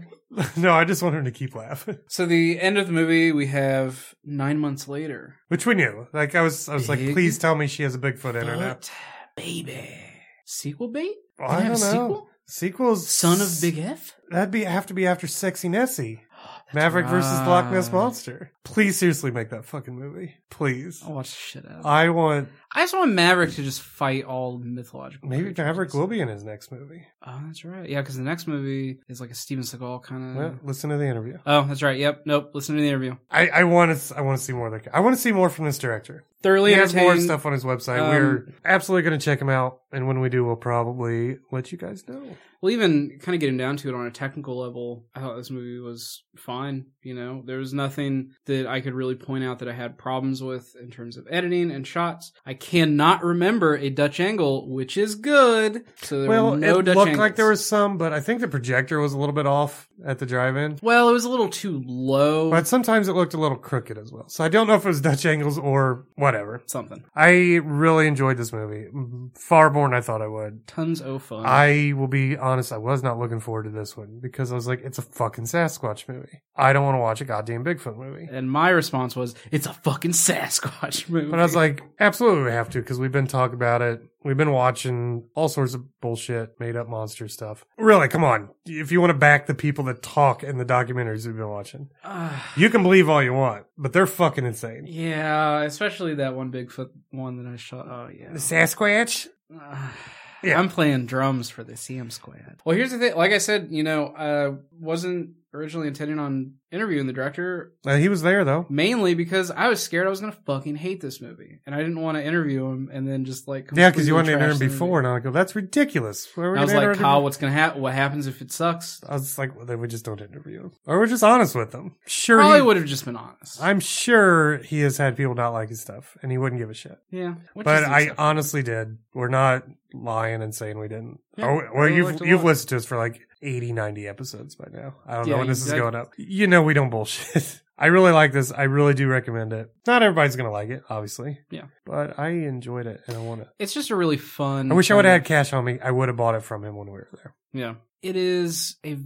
Speaker 3: no, I just want him to keep laughing.
Speaker 1: So the end of the movie, we have nine months later.
Speaker 3: Which we knew. Like I was, I was like,
Speaker 1: Big
Speaker 3: please tell me she has a Bigfoot in her now.
Speaker 1: But, baby, sequel bait.
Speaker 3: Well,
Speaker 1: Can
Speaker 3: I
Speaker 1: I have a
Speaker 3: don't know.
Speaker 1: sequel?
Speaker 3: Sequels,
Speaker 1: Son of Big F.
Speaker 3: That'd be have to be after Sexy Nessie, Maverick versus Loch Ness
Speaker 1: right.
Speaker 3: Monster. Please, seriously, make that fucking movie, please.
Speaker 1: I'll watch the shit out. of it.
Speaker 3: I want
Speaker 1: I just want Maverick to just fight all mythological.
Speaker 3: maybe
Speaker 1: creatures.
Speaker 3: Maverick will be in his next movie.
Speaker 1: Oh, that's right. Yeah, because the next movie is like a Steven Seagal kind of.
Speaker 3: Well, listen to the interview.
Speaker 1: Oh, that's right. Yep. Nope. Listen to the interview.
Speaker 3: I, I want to I want to see more. Like I want to see more from this director.
Speaker 1: Thoroughly
Speaker 3: He has
Speaker 1: entertained.
Speaker 3: more stuff on his website.
Speaker 1: Um,
Speaker 3: We're absolutely going to check him out, and when we do, we'll probably let you guys know.
Speaker 1: Well, even kind of getting down to it on a technical level, I thought this movie was fine. You know, there was nothing that I could really point out that I had problems with in terms of editing and shots. I cannot remember a Dutch angle, which is good. So there
Speaker 3: well,
Speaker 1: were no
Speaker 3: it
Speaker 1: Dutch
Speaker 3: looked
Speaker 1: angles.
Speaker 3: like there was some, but I think the projector was a little bit off at the drive-in.
Speaker 1: Well, it was a little too low.
Speaker 3: But sometimes it looked a little crooked as well. So I don't know if it was Dutch angles or whatever.
Speaker 1: Something.
Speaker 3: I really enjoyed this movie. Far more than I thought I would.
Speaker 1: Tons of fun.
Speaker 3: I will be honest, I was not looking forward to this one because I was like, it's a fucking Sasquatch movie. I don't want to watch a goddamn Bigfoot movie.
Speaker 1: and my response was, "It's a fucking Sasquatch movie."
Speaker 3: But I was like, absolutely we have to because we've been talking about it. We've been watching all sorts of bullshit, made up monster stuff. Really, come on. If you want to back the people that talk in the documentaries we've been watching,
Speaker 1: Ah,
Speaker 3: you can believe all you want, but they're fucking insane.
Speaker 1: yeah, especially that one Bigfoot one that I shot. Oh yeah.
Speaker 3: The Sasquatch? Yeah.
Speaker 1: I'm playing drums for the CM Squad. Well, here's the thing. Like I said, you know, uh, wasn't originally intending on interviewing the director
Speaker 3: Uh, he was there though.
Speaker 1: mainly because I was scared I was gonna fucking hate this movie, and I didn't want to interview him and then just like
Speaker 3: Yeah, because you wanted to
Speaker 1: completely
Speaker 3: enter
Speaker 1: trash
Speaker 3: him
Speaker 1: the movie.
Speaker 3: before, and I go, that's ridiculous. Why are
Speaker 1: And
Speaker 3: we
Speaker 1: I was
Speaker 3: gonna
Speaker 1: like,
Speaker 3: enter him
Speaker 1: Kyle, what's gonna happen? What happens if it sucks?
Speaker 3: I was like, well, then we just don't interview him, or we're just honest with him. Sure,
Speaker 1: Probably
Speaker 3: he-
Speaker 1: would have just been honest.
Speaker 3: I'm sure he has had people not like his stuff, and he wouldn't give a shit.
Speaker 1: yeah, which
Speaker 3: but
Speaker 1: is
Speaker 3: I uh,
Speaker 1: acceptable.
Speaker 3: honestly did. We're not lying and saying we didn't.
Speaker 1: Yeah,
Speaker 3: oh,
Speaker 1: I
Speaker 3: well,
Speaker 1: would
Speaker 3: you've
Speaker 1: like to
Speaker 3: you've
Speaker 1: watch.
Speaker 3: listened to us for like 80, 90 episodes by now. I don't
Speaker 1: Yeah,
Speaker 3: know when
Speaker 1: you-
Speaker 3: this is
Speaker 1: that-
Speaker 3: going up. You know, we don't bullshit. I really like this. I really do recommend it. Not everybody's going to like it, obviously.
Speaker 1: Yeah.
Speaker 3: But I enjoyed it and I want to.
Speaker 1: It's just a really fun.
Speaker 3: I wish I would have
Speaker 1: kind
Speaker 3: had cash on me. I would have bought it from him when we were there.
Speaker 1: Yeah. It is a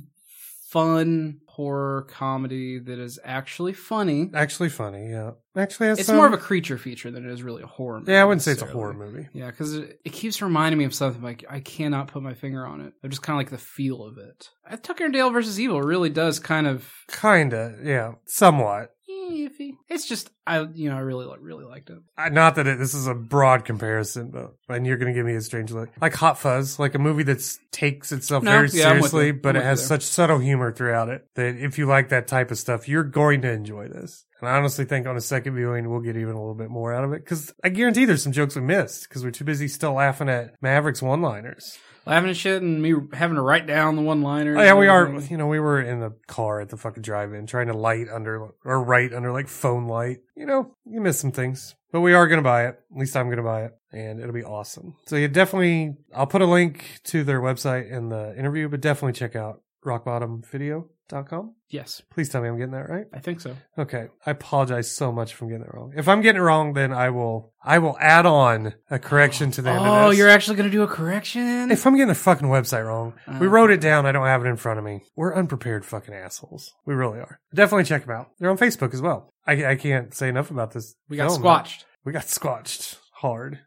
Speaker 1: fun horror comedy that is actually funny.
Speaker 3: Actually funny, yeah. Actually, has
Speaker 1: It's
Speaker 3: some-
Speaker 1: more of a creature feature than it is really a horror movie.
Speaker 3: Yeah, I wouldn't say it's a
Speaker 1: necessarily.
Speaker 3: horror movie.
Speaker 1: Yeah, because it, it keeps reminding me of something. Like I cannot put my finger on it. I'm just kind of like the feel of it. Uh, Tucker and Dale versus Evil really does kind of
Speaker 3: Kinda, yeah. Somewhat.
Speaker 1: eh, iffy. It's just I, you know, I really li- really liked it.
Speaker 3: I- Not that it, this is a broad comparison, but and you're going to give me a strange look. Like Hot Fuzz, like a movie that takes itself
Speaker 1: No,
Speaker 3: very
Speaker 1: yeah, I'm with
Speaker 3: seriously,
Speaker 1: you.
Speaker 3: but
Speaker 1: I'm
Speaker 3: it
Speaker 1: with
Speaker 3: has
Speaker 1: you there.
Speaker 3: such subtle humor throughout it that if you like that type of stuff, you're going to enjoy this. And I honestly think on a second viewing, we'll get even a little bit more out of it because I guarantee there's some jokes we missed because we're too busy still laughing at Mavericks one-liners.
Speaker 1: Laughing at shit and me having to write down the one liners.
Speaker 3: Oh, yeah, we are.
Speaker 1: Mm.
Speaker 3: You know, we were in the car at the fucking drive-in trying to light under or write under like phone light. You know, you miss some things, but we are gonna buy it. At least I'm gonna buy it, and it'll be awesome. So you definitely, I'll put a link to their website in the interview, but definitely check out rockbottomvideo.com.
Speaker 1: Yes,
Speaker 3: Please tell me I'm getting that right.
Speaker 1: I think so.
Speaker 3: Okay, I apologize so much if I'm getting it wrong. If I'm getting it wrong, then I will I will add on a correction to the end of
Speaker 1: Oh,
Speaker 3: this.
Speaker 1: you're actually gonna do a correction?
Speaker 3: If I'm getting the fucking website wrong, we
Speaker 1: Oh.
Speaker 3: wrote it down. I don't have it in front of me. We're unprepared fucking assholes. We really are. Definitely check them out. They're on Facebook as well. I, I can't say enough about this.
Speaker 1: we got
Speaker 3: film.
Speaker 1: squatched.
Speaker 3: We got squatched hard.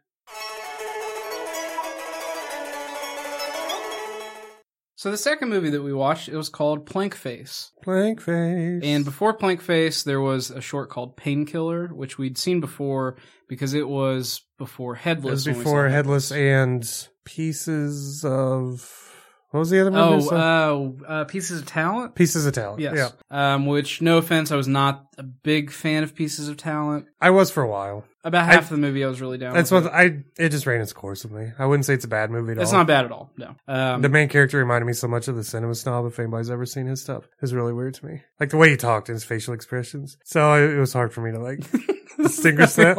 Speaker 1: So the second movie that we watched, it was called Plank Face.
Speaker 3: Blank face.
Speaker 1: And before Plank Face, there was a short called Painkiller, which we'd seen before because it was before
Speaker 3: It
Speaker 1: Headless.
Speaker 3: was
Speaker 1: when we saw
Speaker 3: before Headless and Pieces of. What was the other movie? we
Speaker 1: Oh,
Speaker 3: saw?
Speaker 1: uh, uh, Pieces of Talent.
Speaker 3: Pieces of Talent.
Speaker 1: Yes.
Speaker 3: Yeah.
Speaker 1: Um, which, no offense, I was not a big fan of Pieces of Talent.
Speaker 3: I was for a while.
Speaker 1: About
Speaker 3: I-
Speaker 1: half of the movie, I was really down.
Speaker 3: That's
Speaker 1: with
Speaker 3: what
Speaker 1: it.
Speaker 3: I. It just ran its course with me. I wouldn't say it's a bad movie at
Speaker 1: It's
Speaker 3: all.
Speaker 1: not bad at all. No. Um,
Speaker 3: the main character reminded me so much of the cinema snob. If anybody's ever seen his stuff, it's really weird to me. Like the way he talked and his facial expressions. So it, it was hard for me to like. distinguish that.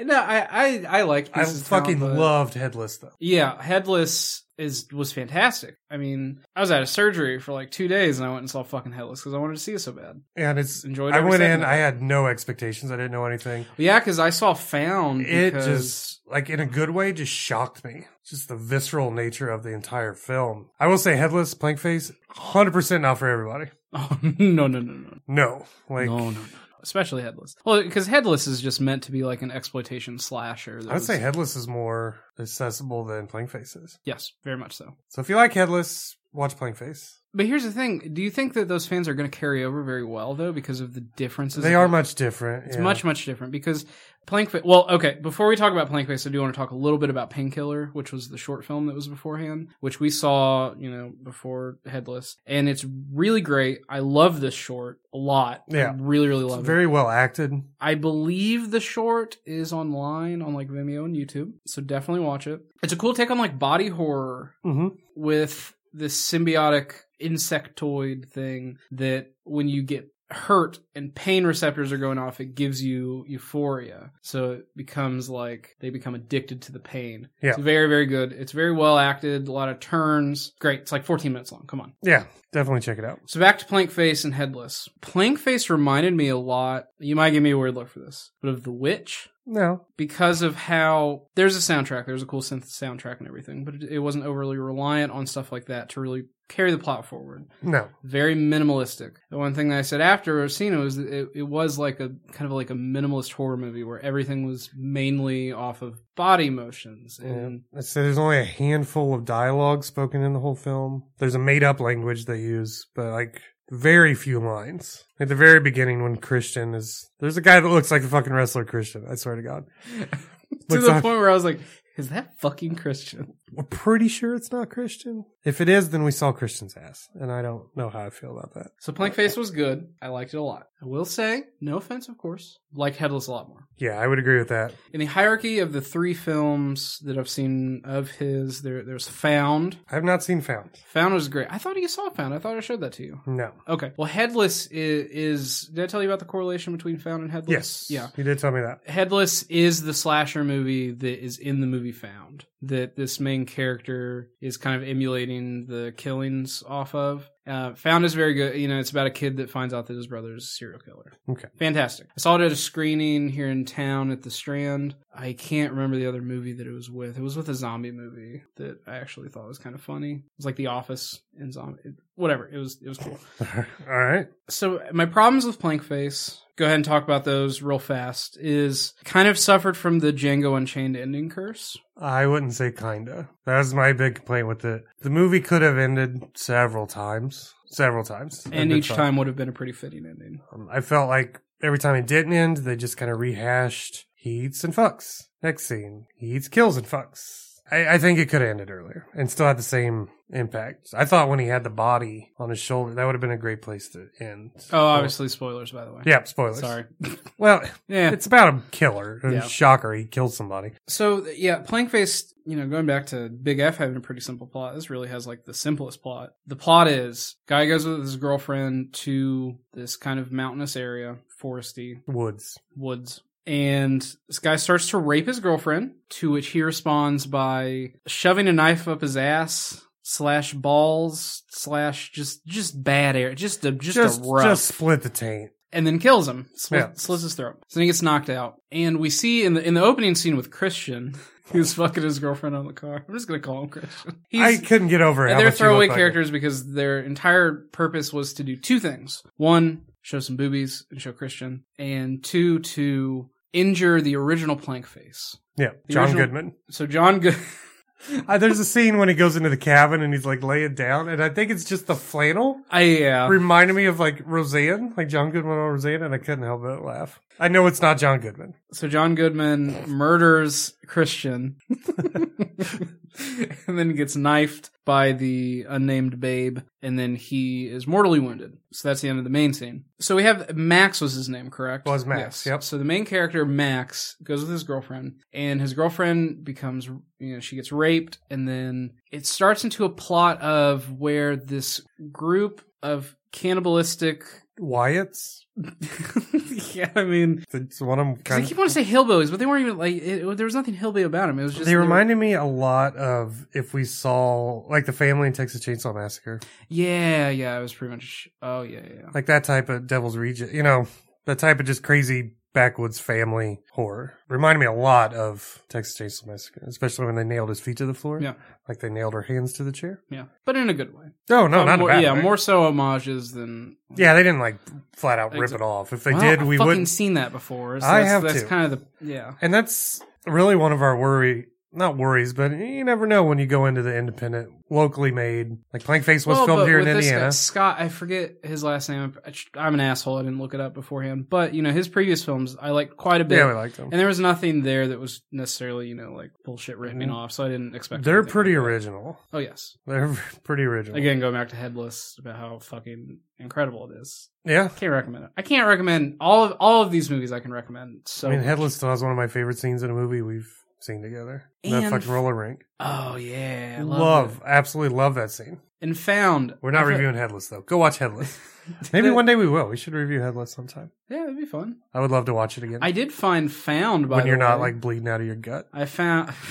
Speaker 1: no, I I, I like.
Speaker 3: I
Speaker 1: Pieces of Talent,
Speaker 3: fucking
Speaker 1: but-
Speaker 3: loved Headless though.
Speaker 1: Yeah, Headless is was fantastic. I mean, I was out of surgery for like two days, and I went and saw fucking Headless because I wanted to see it so bad.
Speaker 3: And it's
Speaker 1: Enjoyed
Speaker 3: I
Speaker 1: every
Speaker 3: went
Speaker 1: second
Speaker 3: in.
Speaker 1: of
Speaker 3: I
Speaker 1: it.
Speaker 3: had no expectations. I didn't know anything.
Speaker 1: Yeah, because I saw Found.
Speaker 3: It
Speaker 1: because-
Speaker 3: just like in a good way just shocked me. Just the visceral nature of the entire film. I will say Headless Plank Face, hundred percent not for everybody.
Speaker 1: Oh, no, no, no, no,
Speaker 3: No, like
Speaker 1: no, no, no. Especially Headless. Well, because Headless is just meant to be like an exploitation slasher. that
Speaker 3: I would say
Speaker 1: was-
Speaker 3: Headless is more accessible than Plank Face is.
Speaker 1: yes, very much so.
Speaker 3: So if you like Headless, watch Plank Face.
Speaker 1: But here's the thing: Do you think that those fans are going to carry over very well though, because of the differences?
Speaker 3: They
Speaker 1: of
Speaker 3: are
Speaker 1: the-
Speaker 3: much different.
Speaker 1: It's
Speaker 3: yeah.
Speaker 1: much much different because Plank. Fa- Well, okay. Before we talk about Plank Face, I do want to talk a little bit about Painkiller, which was the short film that was beforehand, which we saw, you know, before Headless, and it's really great. I love this short a lot.
Speaker 3: Yeah.
Speaker 1: I really really
Speaker 3: It's
Speaker 1: love it.
Speaker 3: very well acted.
Speaker 1: I believe the short is online on like Vimeo and YouTube, so definitely watch it. It's a cool take on like body horror
Speaker 3: Mm-hmm.
Speaker 1: with this symbiotic insectoid thing that when you get hurt and pain receptors are going off, it gives you euphoria. So it becomes like they become addicted to the pain.
Speaker 3: Yeah.
Speaker 1: It's very, very good. It's very well acted, a lot of turns. Great. It's like 14 minutes long. Come on.
Speaker 3: Yeah, definitely check it out.
Speaker 1: So back to Plank Face and Headless. Plank Face reminded me a lot, you might give me a weird look for this, but of The Witch
Speaker 3: No,
Speaker 1: because of how there's a soundtrack, there's a cool synth soundtrack and everything, but it, it wasn't overly reliant on stuff like that to really carry the plot forward.
Speaker 3: no,
Speaker 1: Very minimalistic. The one thing that I said after Orsino is that it, it was like a kind of like a minimalist horror movie where everything was mainly off of body motions and
Speaker 3: I said there's only a handful of dialogue spoken in the whole film. There's a made up language they use, but like very few lines. At the very beginning, when Christian is there's a guy that looks like the fucking wrestler Christian. I swear to God,
Speaker 1: to
Speaker 3: What's
Speaker 1: the
Speaker 3: up?
Speaker 1: point where I was like, is that fucking Christian?
Speaker 3: we're pretty sure it's not Christian. If it is, then we saw Christian's ass, and I don't know how I feel about that.
Speaker 1: So Plank Face was good. I liked it a lot. I will say, no offense, of course, liked Headless a lot more.
Speaker 3: Yeah, I would agree with that.
Speaker 1: In the hierarchy of the three films that I've seen of his, there there's Found.
Speaker 3: I have not seen Found.
Speaker 1: Found was great. I thought you saw Found. I thought I showed that to you.
Speaker 3: No.
Speaker 1: Okay. Well, Headless is, is did I tell you about the correlation between Found and Headless?
Speaker 3: Yes.
Speaker 1: Yeah.
Speaker 3: You did tell me that.
Speaker 1: Headless is the slasher movie that is in the movie Found. That this main character is kind of emulating basing the killings off of. Uh, Found is very good. You know, it's about a kid that finds out that his brother is a serial killer.
Speaker 3: Okay.
Speaker 1: Fantastic. I saw it at a screening here in town at the Strand. I can't remember the other movie that it was with. It was with a zombie movie that I actually thought was kind of funny. It was like The Office and zombie. Whatever. It was. It was cool.
Speaker 3: All right.
Speaker 1: So my problems with Plank Face, go ahead and talk about those real fast, is kind of suffered from the Django Unchained ending curse.
Speaker 3: I wouldn't say kinda. That was my big complaint with it. The movie could have ended several times. Several times.
Speaker 1: And
Speaker 3: been
Speaker 1: each
Speaker 3: fun.
Speaker 1: time would have been a pretty fitting ending.
Speaker 3: Um, I felt like every time it didn't end, they just kind of rehashed he eats and fucks. Next scene, he eats, kills, and fucks. I, I think it could have ended earlier and still had the same impact. I thought when he had the body on his shoulder, that would have been a great place to end.
Speaker 1: Oh, obviously spoilers, by the way.
Speaker 3: Yeah, spoilers.
Speaker 1: Sorry.
Speaker 3: Well,
Speaker 1: Yeah.
Speaker 3: it's about a killer.
Speaker 1: Yeah.
Speaker 3: Shocker, he kills somebody.
Speaker 1: So th- yeah, Plank Face, you know, going back to Big F having a pretty simple plot, this really has like the simplest plot. The plot is guy goes with his girlfriend to this kind of mountainous area, foresty
Speaker 3: Woods.
Speaker 1: woods. And this guy starts to rape his girlfriend, to which he responds by shoving a knife up his ass, slash balls, slash just just bad air, just a just,
Speaker 3: Just,
Speaker 1: a rough
Speaker 3: just split the taint.
Speaker 1: and then kills him, slit,
Speaker 3: Yeah.
Speaker 1: slits his throat. So then he gets knocked out, and we see in the in the opening scene with Christian, who's fucking his girlfriend on the car. I'm just gonna call him Christian.
Speaker 3: I couldn't get over it. how
Speaker 1: and they're
Speaker 3: much he
Speaker 1: throwaway
Speaker 3: looked like it.
Speaker 1: characters because their entire purpose was to do two things: one, show some boobies and show Christian, and two, to injure the original Plank Face.
Speaker 3: Yeah,
Speaker 1: The
Speaker 3: John
Speaker 1: original-
Speaker 3: Goodman.
Speaker 1: So John Good.
Speaker 3: Uh, there's a scene when he goes into the cabin and he's like laying down, and I think it's just the flannel.
Speaker 1: I yeah.
Speaker 3: Reminded me of like Roseanne, like John Goodman on Roseanne, and I couldn't help but laugh. I know it's not John Goodman.
Speaker 1: So John Goodman murders Christian, and then gets knifed by the unnamed babe, and then he is mortally wounded. So that's the end of the main scene. So we have Max was his name, correct?
Speaker 3: Was Max, yep.
Speaker 1: So the main character Max goes with his girlfriend, and his girlfriend becomes, you know, she gets raped, and then it starts into a plot of where this group of cannibalistic.
Speaker 3: Wyatt's.
Speaker 1: yeah, I mean.
Speaker 3: It's one of them
Speaker 1: Because
Speaker 3: kind
Speaker 1: I
Speaker 3: of.
Speaker 1: keep wanting to say hillbillies, but they weren't even like it, it- there was nothing hillbilly about them. It was just
Speaker 3: They reminded me a lot of if we saw like the family in Texas Chainsaw Massacre,
Speaker 1: Yeah, yeah, it was pretty much. Oh yeah, yeah, yeah.
Speaker 3: like that type of Devil's Reject, you know, that type of just crazy backwoods family horror. Reminded me a lot of Texas Chainsaw Massacre, especially when they nailed his feet to the floor.
Speaker 1: Yeah.
Speaker 3: like they nailed her hands to the chair.
Speaker 1: yeah, but in a good way.
Speaker 3: No, no,
Speaker 1: Uh,
Speaker 3: Oh, not in a
Speaker 1: more,
Speaker 3: bad
Speaker 1: yeah,
Speaker 3: way.
Speaker 1: more so homages than.
Speaker 3: Yeah, they didn't like flat out rip
Speaker 1: Exa-
Speaker 3: it off. If they
Speaker 1: Well,
Speaker 3: did,
Speaker 1: I've
Speaker 3: we
Speaker 1: fucking
Speaker 3: wouldn't.
Speaker 1: seen that before. So
Speaker 3: I
Speaker 1: that's,
Speaker 3: have
Speaker 1: that's
Speaker 3: too.
Speaker 1: kind of the yeah.
Speaker 3: And that's really one of our worry. Not worries, but you never know when you go into the independent, locally made. Like Plank Face was
Speaker 1: Well,
Speaker 3: filmed
Speaker 1: but
Speaker 3: here in
Speaker 1: with this guy,
Speaker 3: Indiana.
Speaker 1: Scott, I forget his last name. I- I'm an asshole. I didn't look it up beforehand, but you know his previous films I liked quite a bit.
Speaker 3: Yeah, we liked them.
Speaker 1: and there was nothing there that was necessarily, you know, like bullshit ripping
Speaker 3: Mhm.
Speaker 1: off, so I didn't expect.
Speaker 3: They're
Speaker 1: anything
Speaker 3: pretty
Speaker 1: like that.
Speaker 3: original.
Speaker 1: Oh yes,
Speaker 3: They're pretty original.
Speaker 1: again, going back to Headless about how fucking incredible it is.
Speaker 3: yeah.
Speaker 1: Can't recommend it. I can't recommend all of all of these movies. I can recommend. So
Speaker 3: I mean, Headless still has one of my favorite scenes in a movie we've seen together.
Speaker 1: And-
Speaker 3: that fucking roller rink.
Speaker 1: Oh yeah, I
Speaker 3: love,
Speaker 1: it.
Speaker 3: absolutely love that scene.
Speaker 1: and found.
Speaker 3: We're not
Speaker 1: I thought-
Speaker 3: reviewing Headless though. Go watch Headless. Maybe one day we will. We should review Headless sometime.
Speaker 1: Yeah, it'd be fun.
Speaker 3: I would love to watch it again.
Speaker 1: I did find found by
Speaker 3: when
Speaker 1: the
Speaker 3: you're not
Speaker 1: way.
Speaker 3: like bleeding out of your gut.
Speaker 1: I found.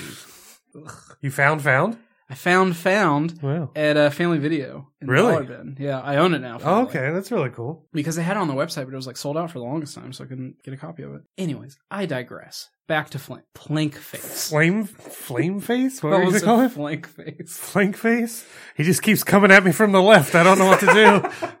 Speaker 3: You found found?
Speaker 1: I found found
Speaker 3: Wow.
Speaker 1: at a Family Video. In
Speaker 3: Really?
Speaker 1: Dollar Bin. Yeah, I own it now.
Speaker 3: Oh,
Speaker 1: finally.
Speaker 3: okay, that's really cool.
Speaker 1: Because they had it on the website, but it was like sold out for the longest time, so I couldn't get a copy of it. Anyways, I digress. Back to Flink. Plank face.
Speaker 3: Flame flame face? What
Speaker 1: What
Speaker 3: were you
Speaker 1: was
Speaker 3: gonna
Speaker 1: it?
Speaker 3: call it?
Speaker 1: Flank face.
Speaker 3: Flank face? He just keeps coming at me from the left. I don't know what to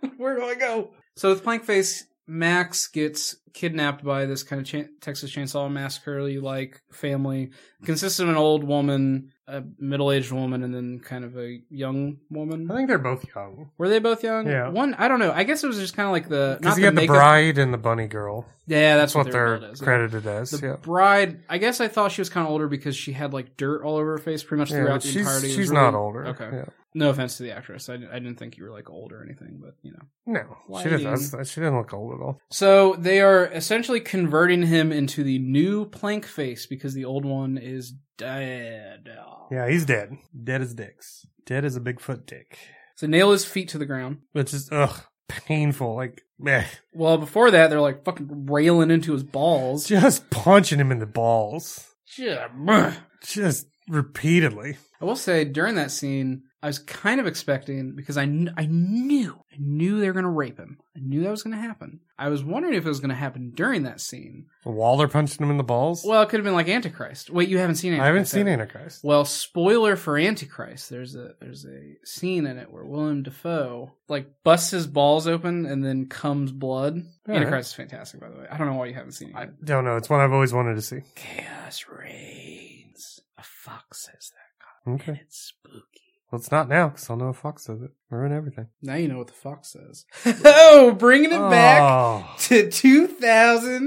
Speaker 3: do.
Speaker 1: Where do I go? So with Plank Face, Max gets kidnapped by this kind of cha- Texas Chainsaw Massacre like family, consists of an old woman, a middle aged woman, and then kind of a young
Speaker 3: I
Speaker 1: woman.
Speaker 3: think they're both young.
Speaker 1: Were they both young?
Speaker 3: Yeah.
Speaker 1: One, I don't know. I guess it was just kind of like the not
Speaker 3: Because you got the
Speaker 1: makeup-
Speaker 3: bride and the bunny girl.
Speaker 1: Yeah, that's,
Speaker 3: That's
Speaker 1: their
Speaker 3: what they're
Speaker 1: bill is.
Speaker 3: credited as.
Speaker 1: The
Speaker 3: yeah.
Speaker 1: bride. I guess I thought she was kind of older because she had like dirt all over her face, pretty much
Speaker 3: Yeah,
Speaker 1: throughout
Speaker 3: but
Speaker 1: the
Speaker 3: she's
Speaker 1: entirety. It was
Speaker 3: she's
Speaker 1: really-
Speaker 3: not older.
Speaker 1: Okay.
Speaker 3: Yeah.
Speaker 1: No offense to the actress. I, I didn't think you were like old or anything, but you know.
Speaker 3: No, she
Speaker 1: Lighting.
Speaker 3: didn't. That's, that- she didn't look old at all.
Speaker 1: So they are essentially converting him into the new plank face because the old one is dead.
Speaker 3: Yeah, he's dead. Dead as dicks. Dead as a Bigfoot dick,
Speaker 1: So nail his feet to the ground.
Speaker 3: which is ugh painful. Like meh.
Speaker 1: Well, before that, they're like fucking railing into his balls.
Speaker 3: just punching him in the balls,
Speaker 1: Yeah, bruh.
Speaker 3: just repeatedly.
Speaker 1: I will say during that scene, I was kind of expecting because I kn- I knew I knew they were gonna rape him. I knew that was gonna happen. I was wondering if it was gonna happen during that scene.
Speaker 3: Waller punching him in the balls.
Speaker 1: Well, it could have been like Antichrist. Wait, you haven't seen
Speaker 3: I
Speaker 1: Antichrist?
Speaker 3: haven't seen
Speaker 1: have you?
Speaker 3: Antichrist.
Speaker 1: Well, spoiler for Antichrist. There's a there's a scene in it where Willem Dafoe like busts his balls open and then comes blood.
Speaker 3: All right.
Speaker 1: Antichrist is fantastic, by the way. I don't know why you haven't seen it.
Speaker 3: I
Speaker 1: yet.
Speaker 3: don't know. It's one I've always wanted to see.
Speaker 1: Chaos reigns. A fox says that, and
Speaker 3: Okay.
Speaker 1: it's spooky.
Speaker 3: Well, it's not now because I'll know if Fox says it. Ruin everything.
Speaker 1: Now you know what the fox says. oh, bringing it back
Speaker 3: Oh.
Speaker 1: to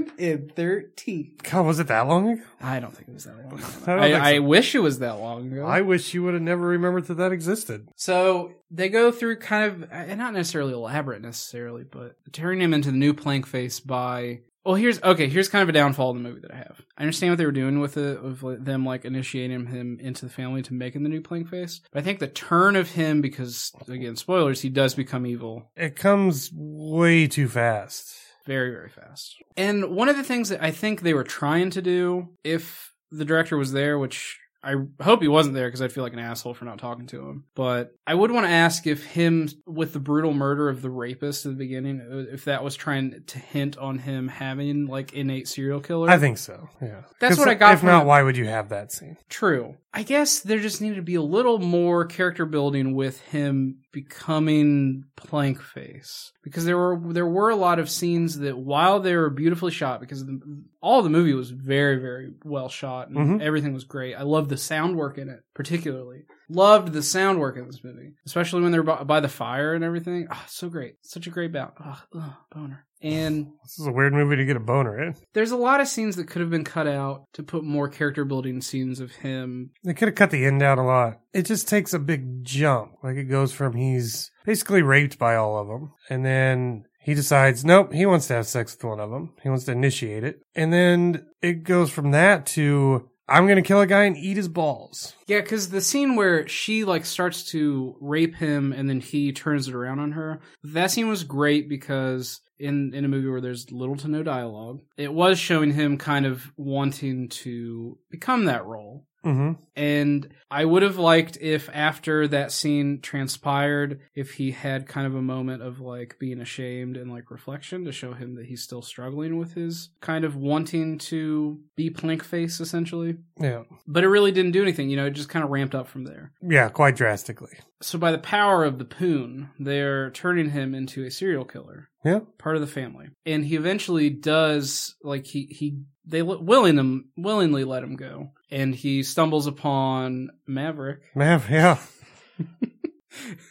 Speaker 1: 2013.
Speaker 3: God, was it that long ago?
Speaker 1: I don't think it was that long. ago.
Speaker 3: I don't
Speaker 1: I,
Speaker 3: think so.
Speaker 1: I wish it was that long ago.
Speaker 3: I wish you would have never remembered that that existed.
Speaker 1: So they go through kind of, and not necessarily elaborate necessarily, but turning him into the new plank face by. Well, here's okay. Here's kind of a downfall of the movie that I have. I understand what they were doing with it, with like, them like initiating him into the family to make him the new plank face. But I think the turn of him, because again, spoilers, he does become evil
Speaker 3: It comes way too fast.
Speaker 1: very very fast and one of the things that i think they were trying to do if the director was there which i hope he wasn't there because i'd feel like an asshole for not talking to him but i would want to ask if him with the brutal murder of the rapist at the beginning if that was trying to hint on him having like innate serial killer
Speaker 3: I think so. Yeah.
Speaker 1: That's
Speaker 3: 'Cause
Speaker 1: what I got
Speaker 3: If
Speaker 1: from
Speaker 3: not,
Speaker 1: it.
Speaker 3: why would you have that scene?
Speaker 1: True. I guess there just needed to be a little more character building with him becoming Plankface because there were there were a lot of scenes that while they were beautifully shot because the, all the movie was very very well shot and
Speaker 3: Mhm.
Speaker 1: everything was great. I loved the sound work in it particularly. Loved the sound work in this movie, especially when they were by, by the fire and everything. Oh, so great. Such a great bout. Oh, boner. And
Speaker 3: This is a weird movie to get a boner in.
Speaker 1: there's a lot of scenes that could have been cut out to put more character building scenes of him
Speaker 3: They could have cut the end down a lot. It just takes a big jump. Like it goes from he's basically raped by all of them, and then he decides, nope, he wants to have sex with one of them. He wants to initiate it. And then it goes from that to, I'm going to kill a guy and eat his balls.
Speaker 1: Yeah, because the scene where she like starts to rape him and then he turns it around on her. That scene was great because in in a movie where there's little to no dialogue, it was showing him kind of wanting to become that role.
Speaker 3: Mm
Speaker 1: And I would have liked if after that scene transpired, if he had kind of a moment of like being ashamed and like reflection to show him that he's still struggling with his kind of wanting to be plank face essentially
Speaker 3: hmm. Yeah.
Speaker 1: but it really didn't do anything. You know, it just kind of ramped up from there.
Speaker 3: Yeah, quite drastically.
Speaker 1: So by the power of the poon, they're turning him into a serial killer.
Speaker 3: Yeah.
Speaker 1: part of the family, and he eventually does. Like he he they li- willing him willingly let him go, and he stumbles upon Maverick,
Speaker 3: Mav, yeah.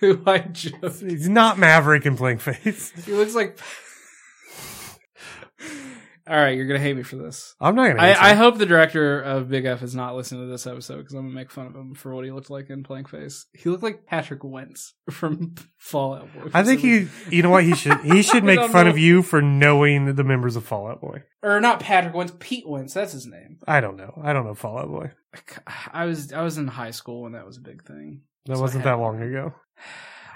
Speaker 1: who I just
Speaker 3: He's not Maverick in Blank Face.
Speaker 1: he looks like. All right, you're gonna hate me for this.
Speaker 3: I'm not going to.
Speaker 1: I, I hope the director of Big F is not listening to this episode because I'm gonna make fun of him for what he looked like in Plank Face. He looked like Patrick Wentz from Fallout Boy.
Speaker 3: I think he, you know what? He should, he should
Speaker 1: I
Speaker 3: make
Speaker 1: don't
Speaker 3: fun
Speaker 1: know.
Speaker 3: of you for knowing the members of Fallout Boy.
Speaker 1: or not Patrick Wentz, Pete Wentz. That's his name.
Speaker 3: I don't know. I don't know Fallout Boy.
Speaker 1: I was I was in high school when that was a big thing.
Speaker 3: That
Speaker 1: So
Speaker 3: wasn't
Speaker 1: I had-
Speaker 3: that long ago.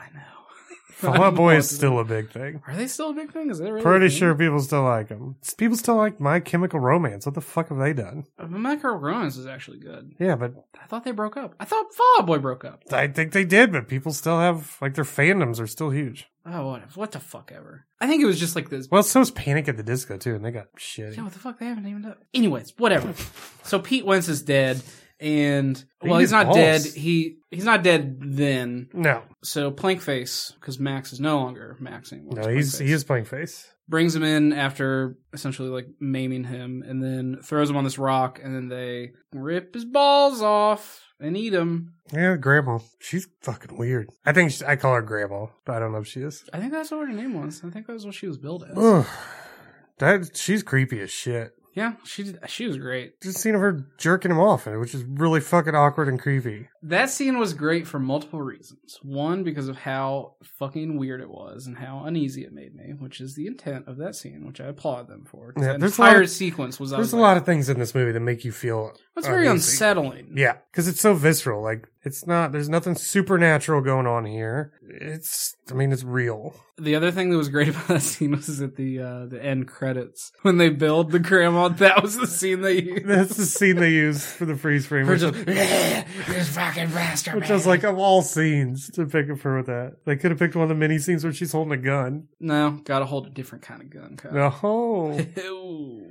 Speaker 1: I know.
Speaker 3: Fallout Boy is
Speaker 1: Autism.
Speaker 3: still a big thing.
Speaker 1: Are they still a big thing? Is that really a
Speaker 3: Pretty
Speaker 1: thing?
Speaker 3: sure people still like him. People still like My Chemical Romance. What the fuck have they done?
Speaker 1: Uh, Micro Romance is actually good.
Speaker 3: Yeah, but
Speaker 1: I thought they broke up. I thought Fallout Boy broke up.
Speaker 3: I think they did. But people still have like their fandoms are still huge.
Speaker 1: Oh what what the fuck ever. I think it was just like this
Speaker 3: Well, so is Panic at the Disco too, and they got shit.
Speaker 1: Yeah, what the fuck? They haven't even done. Anyways, whatever. so Pete Wentz is dead, and
Speaker 3: They
Speaker 1: well,
Speaker 3: need
Speaker 1: he's not
Speaker 3: balls.
Speaker 1: dead. He he's not dead then.
Speaker 3: No,
Speaker 1: So Plankface, because Max is no longer Max anymore.
Speaker 3: no,
Speaker 1: it's
Speaker 3: he's
Speaker 1: Plankface,
Speaker 3: he is playing face.
Speaker 1: brings him in after essentially like maiming him, and then throws him on this rock, and then they rip his balls off and eat him.
Speaker 3: Yeah, Grandma. She's fucking weird. I think she, I call her Grandma, but I don't know if she is.
Speaker 1: I think that's what her name was. I think that was what she was billed as.
Speaker 3: Ugh. That she's creepy as shit.
Speaker 1: Yeah, she did- she was great.
Speaker 3: Just seen of her jerking him off, and which is really fucking awkward and creepy.
Speaker 1: That scene was great for multiple reasons. One, because of how fucking weird it was and how uneasy it made me, which is the intent of that scene, which I applaud them for. 'cause
Speaker 3: Yeah,
Speaker 1: that
Speaker 3: there's a lot
Speaker 1: entire
Speaker 3: of-
Speaker 1: sequence was. I
Speaker 3: There's
Speaker 1: was
Speaker 3: a
Speaker 1: like,
Speaker 3: lot of things in this movie that make you feel
Speaker 1: That's very
Speaker 3: uneasy.
Speaker 1: unsettling.
Speaker 3: Yeah, because it's so visceral. Like it's not. There's nothing supernatural going on here. It's. I mean, it's real.
Speaker 1: The other thing that was great about that scene was at the uh, the end credits when they build the grandma saw that was the scene they used.
Speaker 3: That's the scene they used for the freeze frame.
Speaker 1: We're
Speaker 3: Which,
Speaker 1: just, this fucking bastard.
Speaker 3: which I was
Speaker 1: man."
Speaker 3: like, of all scenes to pick up her with that. They could have picked one of the mini scenes where she's holding a gun.
Speaker 1: no, got to hold a different kind of gun. Kyle.
Speaker 3: No.
Speaker 1: Ew.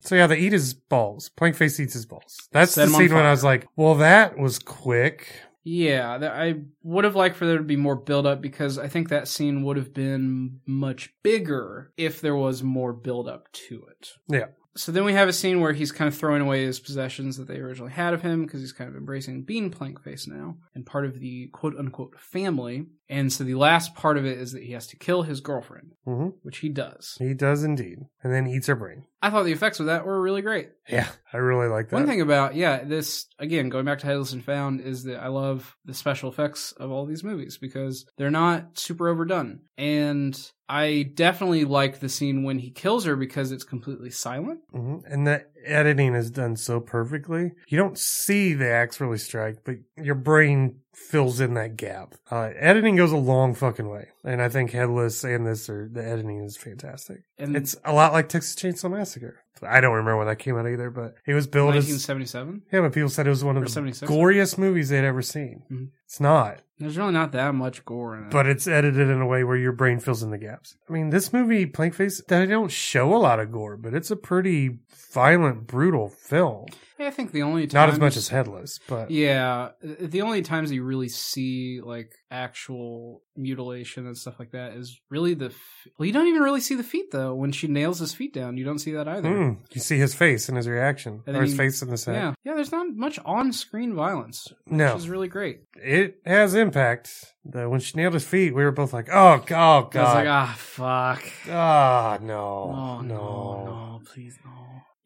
Speaker 3: So yeah, they eat his balls. Plank face eats his balls. That's
Speaker 1: Set
Speaker 3: the
Speaker 1: him on
Speaker 3: scene when
Speaker 1: fire.
Speaker 3: I was like, well, that was quick.
Speaker 1: Yeah, that I would have liked for there to be more build up because I think that scene would have been much bigger if there was more build up to it.
Speaker 3: Yeah.
Speaker 1: So then we have a scene where he's kind of throwing away his possessions that they originally had of him because he's kind of embracing being plank face now and part of the quote unquote family. And so the last part of it is that he has to kill his girlfriend,
Speaker 3: hmm
Speaker 1: which he does.
Speaker 3: He does indeed, and then eats her brain.
Speaker 1: I thought the effects of that were really great.
Speaker 3: Yeah, I really like that.
Speaker 1: One thing about yeah, this again going back to Headless and Found is that I love the special effects of all these movies because they're not super overdone, and I definitely like the scene when he kills her because it's completely silent.
Speaker 3: Mhm. And the editing is done so perfectly. You don't see the axe really strike, but your brain fills in that gap. Uh, editing goes a long fucking way, and I think Headless and this are the editing is fantastic.
Speaker 1: And
Speaker 3: It's a lot like Texas Chainsaw Massacre. I don't remember when that came out either, but it was billed as
Speaker 1: 1977.
Speaker 3: yeah. But people said it was one of
Speaker 1: Or
Speaker 3: the
Speaker 1: 76.
Speaker 3: goriest movies they'd ever seen.
Speaker 1: Mhm.
Speaker 3: It's not,
Speaker 1: There's really not that much gore in it.
Speaker 3: but it's edited in a way where your brain fills in the gaps. I mean, this movie, Plankface, they don't show a lot of gore, but it's a pretty violent, brutal film.
Speaker 1: Yeah, I think the only time
Speaker 3: Not as much as Headless, but
Speaker 1: Yeah, the only times you really see like actual mutilation and stuff like that is really the. F- well, you don't even really see the feet though. When she nails his feet down, you don't see that either.
Speaker 3: Mm, you see his face and his reaction,
Speaker 1: And
Speaker 3: or
Speaker 1: then
Speaker 3: his
Speaker 1: he-
Speaker 3: face in the set.
Speaker 1: Yeah, yeah. There's not much on-screen violence,
Speaker 3: No,
Speaker 1: which is really great.
Speaker 3: it has impact. The, when she nailed his feet, we were both like, "Oh, g- oh
Speaker 1: I was like,
Speaker 3: god,
Speaker 1: ah, fuck.
Speaker 3: ah,
Speaker 1: Oh,
Speaker 3: no,
Speaker 1: no,
Speaker 3: no,
Speaker 1: no, please, no.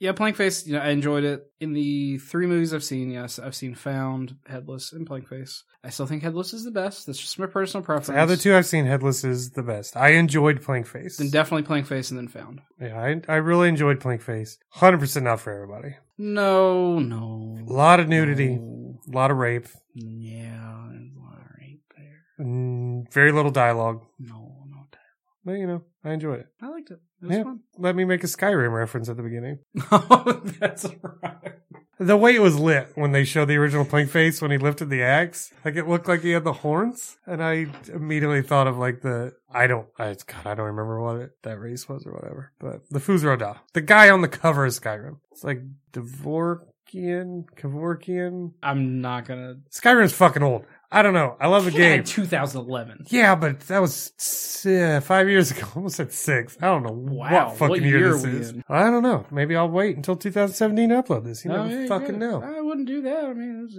Speaker 1: Yeah, Plankface. You know, I enjoyed it in the three movies I've seen. Yes, I've seen Found, Headless, and Plankface. I still think Headless is the best. That's just my personal preference.
Speaker 3: So out of the two I've seen, Headless is the best. I enjoyed Plank Face.
Speaker 1: Then definitely Plankface, and then Found.
Speaker 3: yeah, I, I really enjoyed Plank Face. Hundred percent not for everybody.
Speaker 1: No, no.
Speaker 3: A lot of nudity,
Speaker 1: No.
Speaker 3: a lot of rape,
Speaker 1: Yeah, there's a lot of rape there.
Speaker 3: mm, very little dialogue.
Speaker 1: No, no.
Speaker 3: But you know, I enjoyed it.
Speaker 1: I liked it. It was
Speaker 3: Yeah.
Speaker 1: fun.
Speaker 3: Let me make a Skyrim reference at the beginning.
Speaker 1: Oh, that's right.
Speaker 3: The way it was lit when they showed the original Plank Face when he lifted the axe, like it looked like he had the horns, and I immediately thought of like the I don't I God I don't remember what it, that race was or whatever, but the Fuzroda, the guy on the cover of Skyrim, it's like Dvorkian, Kavorkian.
Speaker 1: I'm not gonna.
Speaker 3: Skyrim's fucking old. I don't know. I love the game.
Speaker 1: 2011.
Speaker 3: Yeah, but that was s- uh, five years ago. I almost said six. I don't know
Speaker 1: Wow,
Speaker 3: what fucking
Speaker 1: what
Speaker 3: year,
Speaker 1: year
Speaker 3: this
Speaker 1: are we
Speaker 3: is.
Speaker 1: in? Oh,
Speaker 3: I don't know. Maybe I'll wait until 2017 to upload this. You never fucking know.
Speaker 1: I wouldn't do that. I mean,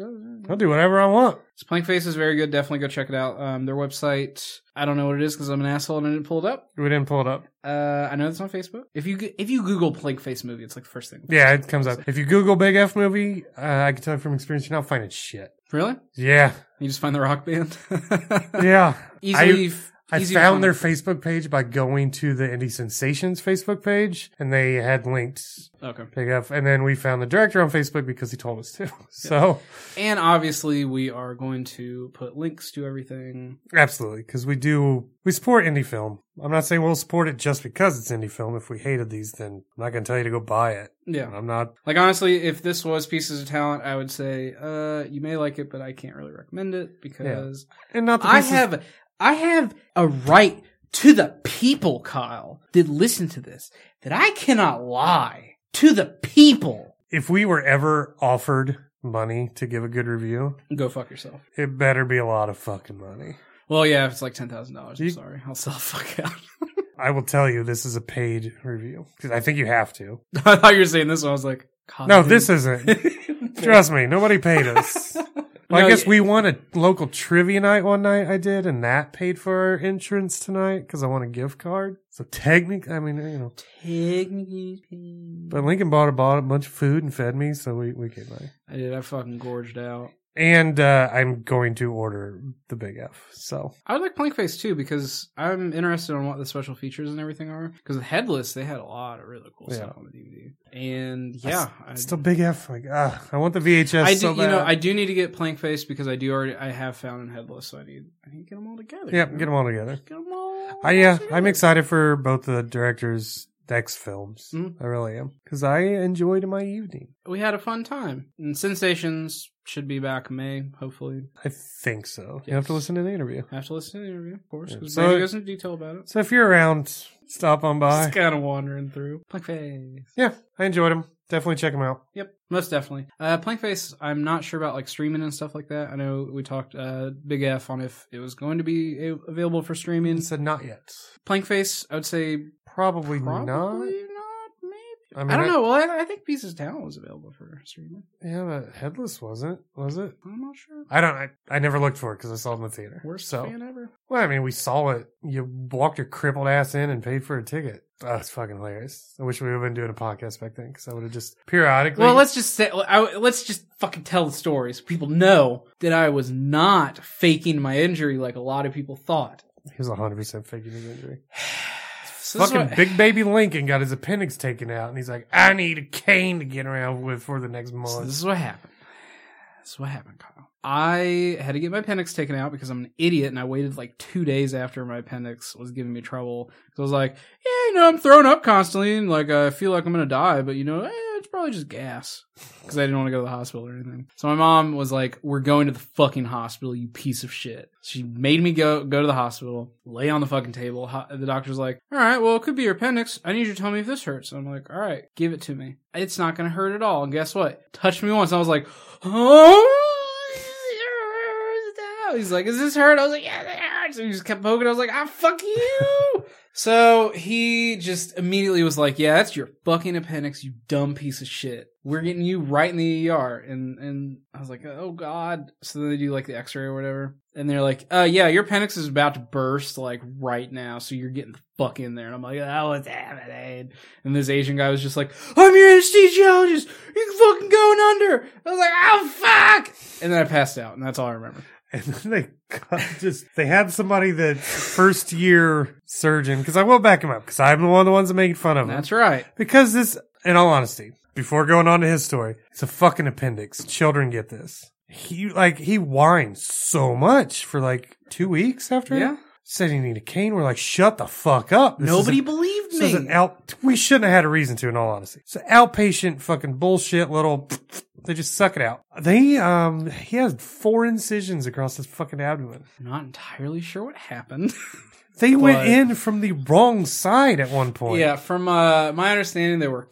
Speaker 1: uh,
Speaker 3: I'll do whatever I want.
Speaker 1: Plankface is very good. Definitely go check it out. Um, their website. I don't know what it is because I'm an asshole and I didn't pull it up.
Speaker 3: We didn't pull it up.
Speaker 1: Uh, I know it's on Facebook. If you go- if you Google Plankface movie, it's like the first thing.
Speaker 3: Yeah, it comes up. If you Google Big F movie, uh, I can tell you from experience, you're not finding shit.
Speaker 1: Really?
Speaker 3: Yeah,
Speaker 1: You just find the rock band.
Speaker 3: yeah.
Speaker 1: Easily. f-
Speaker 3: I
Speaker 1: easy to
Speaker 3: found
Speaker 1: find.
Speaker 3: their Facebook page by going to the Indie Sensations Facebook page, and they had linked
Speaker 1: Okay.
Speaker 3: Big F. And then we found the director on Facebook because he told us to. So
Speaker 1: And obviously, we are going to put links to everything.
Speaker 3: absolutely, because we do we support indie film. I'm not saying we'll support it just because it's indie film. If we hated these, then I'm not going to tell you to go buy it.
Speaker 1: Yeah.
Speaker 3: I'm not.
Speaker 1: Like honestly, if this was pieces of talent, I would say uh, you may like it, but I can't really recommend it because
Speaker 3: And not. The
Speaker 1: I
Speaker 3: pieces-
Speaker 1: have I have a right to the people, Kyle, that listen to this, that I cannot lie to the people.
Speaker 3: If we were ever offered money to give a good review,
Speaker 1: Go fuck yourself.
Speaker 3: It better be a lot of fucking money.
Speaker 1: Well, yeah, if it's like ten thousand dollars, I'm
Speaker 3: You-
Speaker 1: sorry, I'll sell the fuck out.
Speaker 3: I will tell you, this is a paid review because I think you have to.
Speaker 1: I thought you were saying this one. I was like, God,
Speaker 3: No,
Speaker 1: dude.
Speaker 3: this isn't. Trust me, nobody paid us. Well,
Speaker 1: No,
Speaker 3: I guess
Speaker 1: y-
Speaker 3: we won a local trivia night one night I did, and that paid for our entrance tonight because I won a gift card. So technically, I mean, you know,
Speaker 1: Technically-
Speaker 3: but Lincoln bought a, bought a bunch of food and fed me, so we we came money.
Speaker 1: I did. I fucking gorged out.
Speaker 3: And uh, I'm going to order the Big F. So
Speaker 1: I would like Plankface too because I'm interested in what the special features and everything are. Because with Headless, they had a lot of really cool stuff
Speaker 3: Yeah.
Speaker 1: on the DVD. And yeah, I,
Speaker 3: still Big F. Like, ah, I want the VHS.
Speaker 1: I do.
Speaker 3: so
Speaker 1: you know,
Speaker 3: bad.
Speaker 1: I do need to get Plankface because I do already. I have found and Headless, so I need. I need to get them all together.
Speaker 3: Yep, get them all together.
Speaker 1: Get them all.
Speaker 3: I uh, yeah,
Speaker 1: together.
Speaker 3: I'm excited for both the directors Dex films.
Speaker 1: Mhm.
Speaker 3: I really am because I enjoyed my evening.
Speaker 1: We had a fun time. And Sensations should be back in May, hopefully.
Speaker 3: I think so. You have to
Speaker 1: Yes.
Speaker 3: listen to the interview.
Speaker 1: Have to listen to the interview, of course,
Speaker 3: Yeah.
Speaker 1: because
Speaker 3: So-
Speaker 1: goes into detail about it.
Speaker 3: So if you're around, stop on by.
Speaker 1: Just kind of wandering through. Plankface.
Speaker 3: Yeah, I enjoyed them. Definitely check them out.
Speaker 1: Yep, most definitely. Uh, Plankface, I'm not sure about like streaming and stuff like that. I know we talked uh, Big F on if it was going to be a- available for
Speaker 3: He
Speaker 1: streaming.
Speaker 3: said not yet.
Speaker 1: Plankface, I would say
Speaker 3: Probably,
Speaker 1: probably
Speaker 3: not.
Speaker 1: not. maybe.
Speaker 3: I,
Speaker 1: I,
Speaker 3: mean,
Speaker 1: don't know. Well, I, I think Pieces of Town was available for streaming.
Speaker 3: Yeah, but headless wasn't, was it?
Speaker 1: I'm not sure.
Speaker 3: I don't. I, I never looked for it because I saw it in the theater.
Speaker 1: Worst
Speaker 3: so,
Speaker 1: fan ever.
Speaker 3: well, I mean, we saw it. You walked your crippled ass in and paid for a ticket. Oh, it's fucking hilarious. I wish we would have been doing a podcast back then because I would have just periodically.
Speaker 1: Well, let's just say, I, let's just fucking tell the stories. people know that I was not faking my injury like a lot of people thought.
Speaker 3: he was hundred percent faking his injury.
Speaker 1: So this is
Speaker 3: Fucking
Speaker 1: what-
Speaker 3: big baby Lincoln got his appendix taken out, and he's like, "I need a cane to get around with for the next
Speaker 1: So
Speaker 3: month."
Speaker 1: this is what happened. This is what happened, Kyle. I had to get my appendix taken out because I'm an idiot and I waited like two days after my appendix was giving me trouble. So I was like, yeah, you know, I'm throwing up constantly and like I feel like I'm going to die, but you know, eh, it's probably just gas because I didn't want to go to the hospital or anything. So my mom was like, we're going to the fucking hospital, you piece of shit. She made me go, go to the hospital, lay on the fucking table. Ho- The doctor's like, all right, well, it could be your appendix. I need you to tell me if this hurts. I'm like, all right, give it to me. It's not going to hurt at all. And guess what? Touched me once. I was like, oh, he's like, is this hurt? I was like, yeah, it hurts. And he just kept poking. I was like, ah, fuck you. so he just immediately was like, yeah, that's your fucking appendix, you dumb piece of shit. We're getting you right in the ER. And, and I was like, oh God. So then they do like the x-ray or whatever. And they're like, uh, yeah, your appendix is about to burst like right now. So you're getting the fuck in there. And I'm like, oh, what's happening? And this Asian guy was just like, I'm your anesthesiologist. You're fucking going under. I was like, oh, fuck. And then I passed out, and that's all I remember.
Speaker 3: And then they got just they had somebody that first year surgeon because I will back him up because I'm the one of the ones that making fun of him.
Speaker 1: That's right.
Speaker 3: Because this, in all honesty, before going on to his story, it's a fucking appendix. Children get this. He like he whined so much for like two weeks after.
Speaker 1: Yeah.
Speaker 3: it. Said he needed a cane. We're like, shut the fuck up. This is
Speaker 1: Nobody
Speaker 3: a-
Speaker 1: believed
Speaker 3: this is
Speaker 1: me.
Speaker 3: an out. We shouldn't have had a reason to, in all honesty. It's an outpatient fucking bullshit little. They just suck it out. They um he has four incisions across his fucking abdomen.
Speaker 1: I'm not entirely sure what happened.
Speaker 3: They
Speaker 1: But-
Speaker 3: went in from the wrong side at one point.
Speaker 1: yeah, from uh, my understanding, there were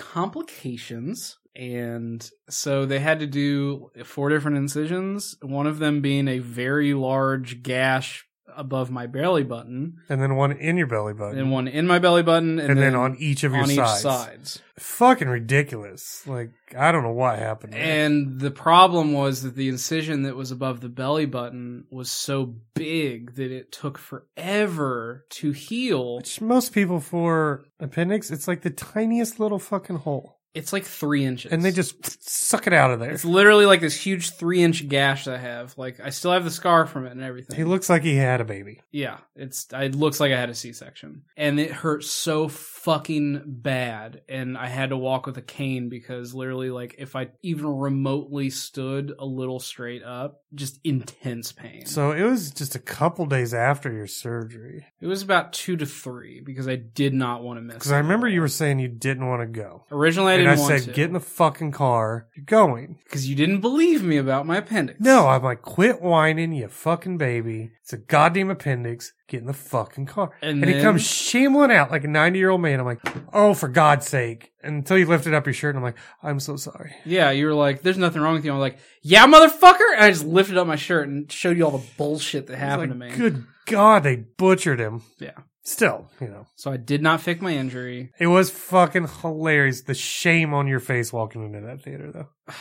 Speaker 1: complications. And so they had to do four different incisions, one of them being a very large gash above my belly button,
Speaker 3: and then one in your belly button,
Speaker 1: and then one in my belly button, and,
Speaker 3: and, then, on each of your
Speaker 1: on each
Speaker 3: sides.
Speaker 1: sides.
Speaker 3: Fucking ridiculous. Like I don't know what happened. there.
Speaker 1: And the problem was that the incision that was above the belly button was so big that it took forever to heal.
Speaker 3: Which most people for appendix, it's like the tiniest little fucking hole,
Speaker 1: It's like three inches.
Speaker 3: and they just suck it out of there.
Speaker 1: It's literally like this huge three inch gash I have. Like, I still have the scar from it and everything.
Speaker 3: He looks like he had a baby.
Speaker 1: Yeah, it's it looks like I had a C-section, and it hurt so fucking bad, and I had to walk with a cane because literally, like, if I even remotely stood a little straight up, just intense pain.
Speaker 3: So it was just a couple days after your surgery.
Speaker 1: It was about two to three because I did not want to miss.
Speaker 3: Because I remember you were saying you didn't want to go.
Speaker 1: originally I
Speaker 3: and
Speaker 1: didn't
Speaker 3: I
Speaker 1: want
Speaker 3: said,
Speaker 1: to
Speaker 3: get in the fucking car. You're going.
Speaker 1: because you didn't believe me about my appendix.
Speaker 3: No, I'm like, quit whining, you fucking baby. It's a goddamn appendix. Get in the fucking car.
Speaker 1: and,
Speaker 3: And
Speaker 1: then,
Speaker 3: he comes shambling out like a 90 year old man. I'm like, oh, for God's sake. Until you lifted up your shirt and I'm like, I'm so sorry.
Speaker 1: Yeah, you were like, "There's nothing wrong with you." I'm like, "Yeah, motherfucker!" And I just lifted up my shirt and showed you all the bullshit that
Speaker 3: It's
Speaker 1: happened
Speaker 3: like,
Speaker 1: to me.
Speaker 3: Good God, they butchered him.
Speaker 1: Yeah.
Speaker 3: Still, you know,
Speaker 1: So I did not fake my injury.
Speaker 3: it was fucking hilarious. The shame on your face walking into that theater, though.
Speaker 1: I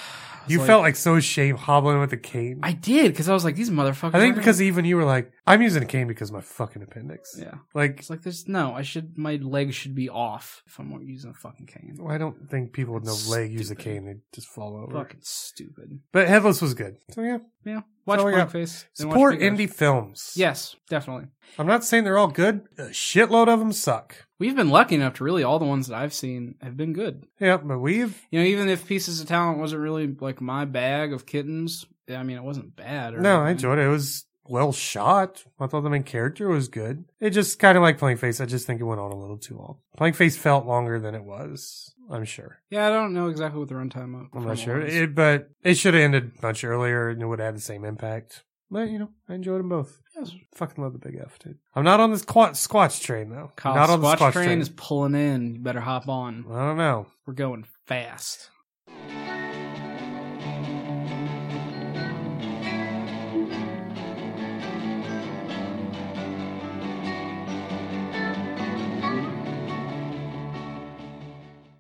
Speaker 1: was
Speaker 3: You
Speaker 1: like-
Speaker 3: felt like so ashamed hobbling with a cane. I,
Speaker 1: I did because I was like, these motherfuckers.
Speaker 3: think
Speaker 1: are-
Speaker 3: because even you were like, I'm using a cane because of my fucking appendix.
Speaker 1: yeah,
Speaker 3: Like,
Speaker 1: it's like there's no. I should my leg should be off if I'm using a fucking cane.
Speaker 3: I don't think people with no leg use a
Speaker 1: Stupid.
Speaker 3: cane. They just fall over.
Speaker 1: Fucking stupid.
Speaker 3: But Headless was good. So yeah,
Speaker 1: Yeah, watch
Speaker 3: all I got.
Speaker 1: Blackface. then watch
Speaker 3: support
Speaker 1: Big Ass.
Speaker 3: indie films.
Speaker 1: Yes, definitely.
Speaker 3: I'm not saying they're all good. A shitload of them suck.
Speaker 1: We've been lucky enough to really all the ones that I've seen have been good.
Speaker 3: Yeah, but we've
Speaker 1: You know, even if Pieces of Talent wasn't really like my bag of kittens, I mean, it wasn't bad. Or
Speaker 3: no, I
Speaker 1: anything.
Speaker 3: enjoyed it. It was well shot. I thought the main character was good. It just kind of like Playing Face. I just think it went on a little too long. Playing Face felt longer than it was. I'm sure.
Speaker 1: Yeah, I don't know exactly what the runtime.
Speaker 3: I'm not sure. It, but it should have ended much earlier, and it would have had the same impact. But you know, I enjoyed them both.
Speaker 1: Yes.
Speaker 3: Fucking love the big F, dude. I'm not on this squat squatch train though.
Speaker 1: Kyle,
Speaker 3: not on
Speaker 1: Squatch
Speaker 3: the squatch
Speaker 1: train, is pulling in. You better hop on.
Speaker 3: I don't know.
Speaker 1: We're going fast.